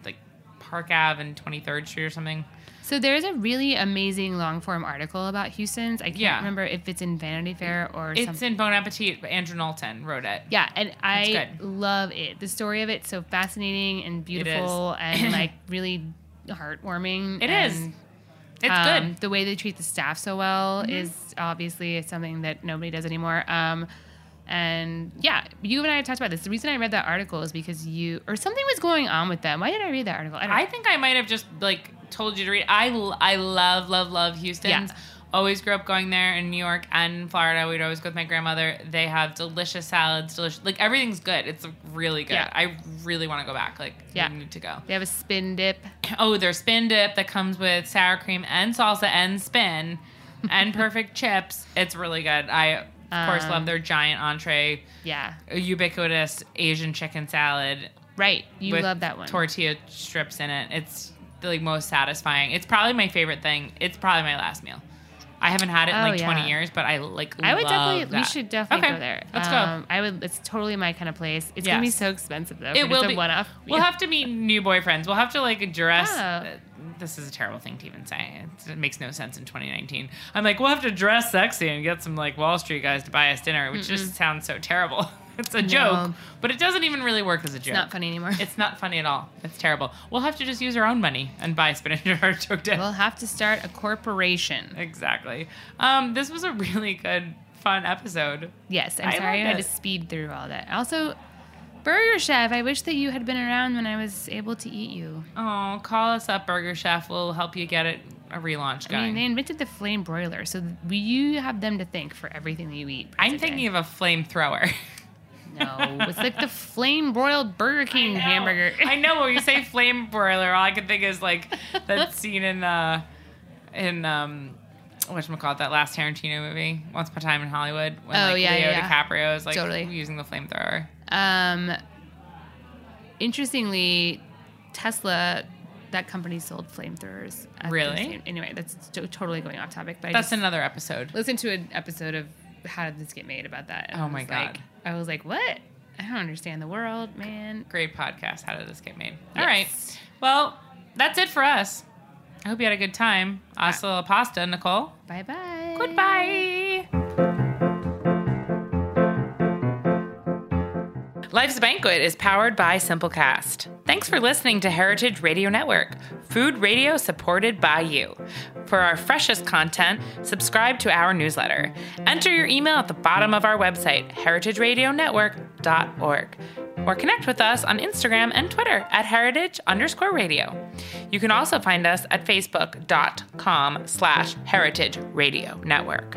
[SPEAKER 8] like Park Ave and 23rd Street or something.
[SPEAKER 9] So there's a really amazing long form article about Houston's. I can't
[SPEAKER 8] Yeah.
[SPEAKER 9] remember if it's in Vanity Fair or
[SPEAKER 8] It's
[SPEAKER 9] something.
[SPEAKER 8] in Bon Appetit. but Andrew Knowlton wrote it.
[SPEAKER 9] Yeah, and I
[SPEAKER 8] It's
[SPEAKER 9] love it. The story of it's so fascinating and beautiful and like really heartwarming.
[SPEAKER 8] It
[SPEAKER 9] and,
[SPEAKER 8] is. It's
[SPEAKER 9] um,
[SPEAKER 8] good.
[SPEAKER 9] The way they treat the staff so well
[SPEAKER 8] Mhm.
[SPEAKER 9] is obviously something that nobody does anymore. Um, and yeah, uh, you and I talked about this. The reason I read that article is because you or something was going on with them. Why did I read that article? I don't
[SPEAKER 8] I think I might have just like told you to read. I l- I love love love Houston's. Always grew up going there in New York and Florida. We'd always go with my grandmother. They have delicious salads, delicious like everything's good. It's really good.
[SPEAKER 9] Yeah.
[SPEAKER 8] I really want to go back. Like
[SPEAKER 9] Yeah.
[SPEAKER 8] we need to go.
[SPEAKER 9] They have a spin dip.
[SPEAKER 8] *clears throat* Oh, their spin dip that comes with sour cream and salsa and spin
[SPEAKER 9] *laughs*
[SPEAKER 8] and perfect chips. It's really good. I of course
[SPEAKER 9] Um,
[SPEAKER 8] love their giant entree,
[SPEAKER 9] Yeah.
[SPEAKER 8] ubiquitous Asian chicken salad.
[SPEAKER 9] Right. You
[SPEAKER 8] with
[SPEAKER 9] love that one.
[SPEAKER 8] Tortilla strips in it. It's the like, most satisfying. It's probably my favorite thing. It's probably my last meal. I haven't had it in
[SPEAKER 9] Oh,
[SPEAKER 8] like
[SPEAKER 9] yeah.
[SPEAKER 8] 20 years, but I like.
[SPEAKER 9] I would
[SPEAKER 8] love
[SPEAKER 9] definitely. We
[SPEAKER 8] that.
[SPEAKER 9] should definitely
[SPEAKER 8] Okay,
[SPEAKER 9] go there.
[SPEAKER 8] Let's
[SPEAKER 9] Um, I would. It's totally my kind of place. It's gonna be
[SPEAKER 8] Yes.
[SPEAKER 9] so expensive though. but
[SPEAKER 8] go. It will
[SPEAKER 9] it's
[SPEAKER 8] be.
[SPEAKER 9] a one-off.
[SPEAKER 8] We'll have to meet new boyfriends. We'll have to like dress.
[SPEAKER 9] Oh.
[SPEAKER 8] This is a terrible thing to even say. It's, it makes no sense in 2019. I'm like, we'll have to dress sexy and get some like Wall Street guys to buy us dinner, which
[SPEAKER 9] Mm-mm.
[SPEAKER 8] just sounds so terrible. *laughs* It's a
[SPEAKER 9] No.
[SPEAKER 8] joke, but it doesn't even really work as a joke.
[SPEAKER 9] It's not funny anymore.
[SPEAKER 8] It's not funny at all. It's terrible. We'll have to just use our own money and buy spinach *laughs* and artichoke dip.
[SPEAKER 9] We'll have to start a corporation.
[SPEAKER 8] Exactly. Um, this was a really good, fun episode.
[SPEAKER 9] Yes, I'm
[SPEAKER 8] I
[SPEAKER 9] sorry I
[SPEAKER 8] loved
[SPEAKER 9] had to
[SPEAKER 8] it.
[SPEAKER 9] speed through all that. Also, Burger Chef, I wish that you had been around when I was able to eat you.
[SPEAKER 8] Oh, call us up, Burger Chef. We'll help you get it a
[SPEAKER 9] I
[SPEAKER 8] relaunch
[SPEAKER 9] mean,
[SPEAKER 8] going.
[SPEAKER 9] they invented the flame broiler, so th- we, you have them to thank for everything that you eat.
[SPEAKER 8] I'm thinking of a flamethrower.
[SPEAKER 9] No, it's like the flame broiled Burger King hamburger.
[SPEAKER 8] I know when
[SPEAKER 9] *laughs*
[SPEAKER 8] you say flame broiler, all I can think is like that scene in uh in um whatchamacallit, that last Tarantino movie, Once Upon a Time in Hollywood, when
[SPEAKER 9] Oh,
[SPEAKER 8] like
[SPEAKER 9] yeah,
[SPEAKER 8] Leo
[SPEAKER 9] yeah, yeah.
[SPEAKER 8] DiCaprio is like
[SPEAKER 9] Totally.
[SPEAKER 8] using the flamethrower.
[SPEAKER 9] Um, interestingly, Tesla, that company sold flamethrowers. at the
[SPEAKER 8] Really?
[SPEAKER 9] same- anyway, that's to- totally going off topic. But I
[SPEAKER 8] That's
[SPEAKER 9] just
[SPEAKER 8] another episode.
[SPEAKER 9] listened to an episode of How Did This Get Made about that. and
[SPEAKER 8] Oh
[SPEAKER 9] I
[SPEAKER 8] my
[SPEAKER 9] was
[SPEAKER 8] God.
[SPEAKER 9] Like, I was like, what? I don't understand the world, man.
[SPEAKER 8] Great podcast. How did this get made? All right. Well, that's it for us. I hope you had a good time.
[SPEAKER 9] Uh,
[SPEAKER 8] Hasta la pasta, Nicole.
[SPEAKER 9] Bye bye.
[SPEAKER 8] Goodbye. Life's Banquet is powered by Simplecast. Thanks for listening to Heritage Radio Network, food radio supported by you. For our freshest content, subscribe to our newsletter. Enter your email at the bottom of our website, heritageradionetwork.org, or connect with us on Instagram and Twitter at heritage underscore radio. You can also find us at facebook.com slash heritage radio network.